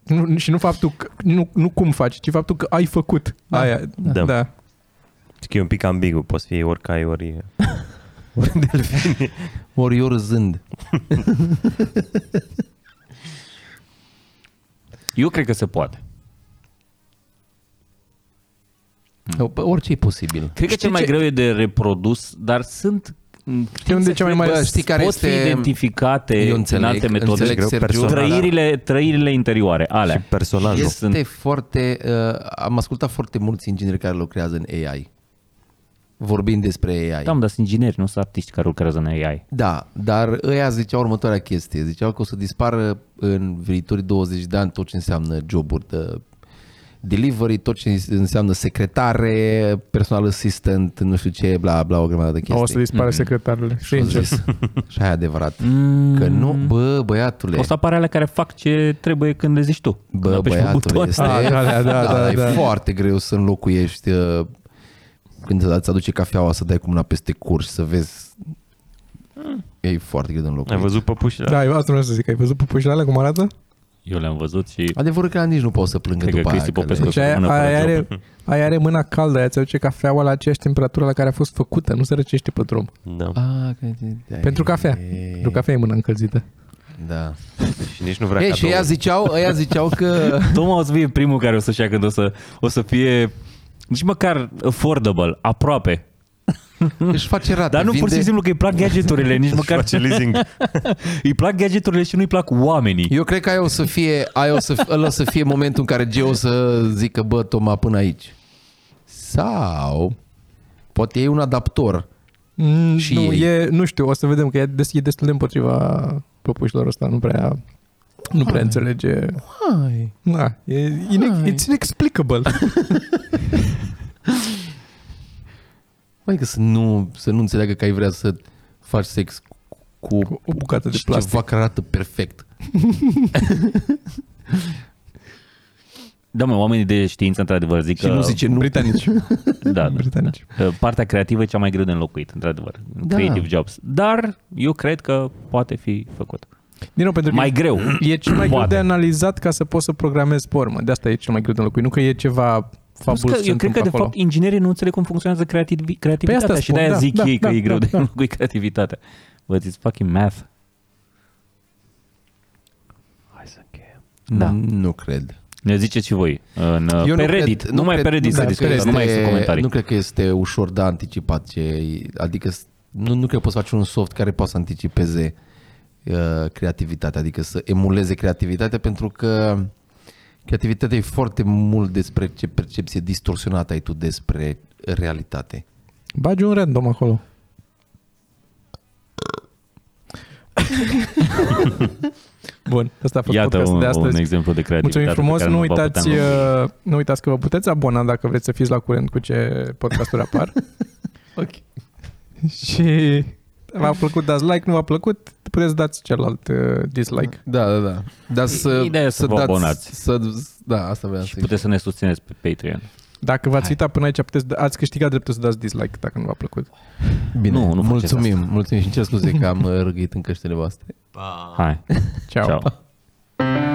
Speaker 1: Nu, și nu faptul că, nu, nu cum faci, ci faptul că ai făcut da. aia.
Speaker 2: Da.
Speaker 1: da.
Speaker 2: Zic că e un pic ambigu, poți fi oricai, ori...
Speaker 3: Ori eu râzând.
Speaker 4: Eu cred că se poate.
Speaker 3: Mm. Orice e posibil.
Speaker 4: Cred că
Speaker 1: Știi
Speaker 4: cel mai
Speaker 1: ce-
Speaker 4: greu e de reprodus, dar sunt mm,
Speaker 1: Știi unde e cea mai mare...
Speaker 3: Bă, știi care
Speaker 4: pot
Speaker 3: este-
Speaker 4: fi identificate
Speaker 3: Eu
Speaker 4: în
Speaker 3: înțeleg,
Speaker 4: alte metode.
Speaker 3: înțeleg,
Speaker 2: Greu,
Speaker 3: Sergiu,
Speaker 2: personal.
Speaker 4: Trăirile, trăirile interioare, alea.
Speaker 2: Personajul.
Speaker 4: Yes.
Speaker 3: Este foarte... Uh, am ascultat foarte mulți ingineri care lucrează în AI. Vorbind despre AI.
Speaker 4: Da, mă, dar sunt ingineri, nu sunt artiști care lucrează în AI.
Speaker 3: Da, dar ăia ziceau următoarea chestie. Ziceau că o să dispară în viitorii 20 de ani tot ce înseamnă joburi de delivery, tot ce înseamnă secretare, personal assistant, nu știu ce, bla bla, o grămadă de chestii.
Speaker 1: O să dispară secretarele.
Speaker 3: Și-o
Speaker 1: Sincer.
Speaker 3: zis. Și aia e adevărat.
Speaker 1: Mm.
Speaker 3: Că nu, bă, băiatule.
Speaker 4: O să apare alea care fac ce trebuie când le zici tu. Când
Speaker 3: Bă,
Speaker 4: apeși pe
Speaker 3: băiatul,
Speaker 4: buton.
Speaker 3: este
Speaker 1: Ah, da, da, da,
Speaker 3: e
Speaker 1: da.
Speaker 3: foarte greu să înlocuiești uh, când îți aduce cafeaua să dai cu mâna peste cur și să vezi
Speaker 1: Mm.
Speaker 3: e foarte greu de
Speaker 2: Ai
Speaker 3: înlocuit.
Speaker 2: văzut păpușile?
Speaker 1: Da, eu asta vreau să zic. Ai văzut pupușile alea cum arată?
Speaker 4: Eu le-am văzut și
Speaker 3: Adevărul că nici nu poți să plângă
Speaker 4: Cred că
Speaker 3: după aia. că
Speaker 4: Cristi
Speaker 3: le-
Speaker 4: Popescu-
Speaker 1: Deci aia,
Speaker 4: Bună, fără
Speaker 1: aia,
Speaker 4: job.
Speaker 1: are, aia are mâna caldă, aia ți aduce cafeaua la aceeași temperatură la care a fost făcută, nu se răcește pe drum.
Speaker 2: Da.
Speaker 3: Ah, că- da,
Speaker 1: Pentru cafea.
Speaker 3: e-
Speaker 1: Pentru cafea e mâna încălzită.
Speaker 3: Da.
Speaker 2: Și nici nu vrea
Speaker 3: Ei,
Speaker 2: ca
Speaker 3: și ea ziceau, ea ziceau că
Speaker 4: Toma o să fie primul care o să-și ia când o să, o să fie nici măcar affordable, aproape.
Speaker 3: își face rată.
Speaker 4: Dar nu pur și
Speaker 3: vinde-
Speaker 4: simplu că îi plac gadgeturile, nici măcar
Speaker 2: face leasing.
Speaker 4: îi plac gadgeturile și nu-i plac oamenii.
Speaker 3: Eu cred că aia o să fie, aia o să, f- ăla o să fie momentul în care Geo o să zică, bă, Toma, până aici. Sau poate e un adaptor
Speaker 1: Mm,
Speaker 3: Și
Speaker 1: nu,
Speaker 3: ei.
Speaker 1: E, nu știu, o să vedem că e, des, e destul de împotriva păpușilor ăsta, nu prea nu prea înțelege.
Speaker 3: Hai.
Speaker 1: Na, e, inex,
Speaker 3: Hai.
Speaker 1: it's inexplicable.
Speaker 3: Mai că să nu, să nu înțeleagă că ai vrea să faci sex cu,
Speaker 1: Cu o bucată de
Speaker 3: și
Speaker 1: plastic.
Speaker 3: ceva care arată perfect.
Speaker 4: Da, mă, oamenii de știință, într-adevăr, zic
Speaker 3: Și
Speaker 4: că...
Speaker 3: nu zice nu.
Speaker 1: Britanici.
Speaker 4: da, da.
Speaker 1: Britanici.
Speaker 4: Partea creativă e cea mai greu de înlocuit, într-adevăr.
Speaker 3: Da.
Speaker 4: Da. Creative jobs. Dar eu cred că poate fi făcut.
Speaker 1: Din nou, pentru că
Speaker 4: Mai greu.
Speaker 1: e cel mai greu
Speaker 4: Poate.
Speaker 1: de analizat ca să poți să programezi pe urmă. De asta e cel mai greu de înlocuit. Nu că e ceva
Speaker 4: Plus
Speaker 1: fabul
Speaker 4: că eu cred că, de
Speaker 1: acolo.
Speaker 4: fapt, inginerii nu înțeleg cum funcționează creativi- creativitatea
Speaker 1: Păi asta
Speaker 4: și
Speaker 1: spun,
Speaker 4: de-aia
Speaker 1: da,
Speaker 4: zic
Speaker 1: da,
Speaker 4: ei
Speaker 1: da,
Speaker 4: că e
Speaker 1: da,
Speaker 4: greu de
Speaker 1: da.
Speaker 4: înlocuit creativitatea. But it's fucking math.
Speaker 2: Hai să încheiem.
Speaker 4: Da.
Speaker 3: Nu cred.
Speaker 4: Ne ziceți și voi. În, Uh, pe
Speaker 3: nu
Speaker 4: Reddit.
Speaker 3: cred-
Speaker 4: nu mai pe
Speaker 3: cred- da,
Speaker 4: Reddit se
Speaker 3: cred că
Speaker 4: discută,
Speaker 3: este-
Speaker 4: nu mai este comentarii.
Speaker 3: Nu cred că este ușor de anticipat ce, adică s- nu, nu cred că poți face un soft care poate să anticipeze uh, creativitatea, adică să emuleze creativitatea pentru că creativitatea e foarte mult despre ce percepție distorsionată ai tu despre realitate.
Speaker 1: Bagi un random acolo. Bun, asta a fost
Speaker 4: Iată
Speaker 1: podcastul
Speaker 4: un,
Speaker 1: de astăzi.
Speaker 4: un exemplu de creativitate.
Speaker 1: Mulțumim frumos,
Speaker 4: pe care
Speaker 1: nu
Speaker 4: vă
Speaker 1: uitați,
Speaker 4: puteam-
Speaker 1: uh, nu uitați că vă puteți abona dacă vreți să fiți la curent cu ce podcasturi apar.
Speaker 3: Ok.
Speaker 1: Și v-a plăcut, dați like, nu v-a plăcut, puteți dați celălalt uh, dislike.
Speaker 3: Da, da, da. Dar să,
Speaker 4: Ideea e să vă abonați.
Speaker 3: Să, da, asta vreau să
Speaker 4: Puteți să ne susțineți pe Patreon.
Speaker 1: Dacă v-ați uitat până aici, puteți, da- ați câștigat dreptul să dați dislike dacă nu v-a plăcut.
Speaker 3: Bine,
Speaker 4: Nu, nu faceți
Speaker 3: mulțumim, mulțumim și îmi cer scuze că am uh, râgit în căștile voastre.
Speaker 4: Hai.
Speaker 1: Ciao.
Speaker 4: Ciao.
Speaker 1: Ciao.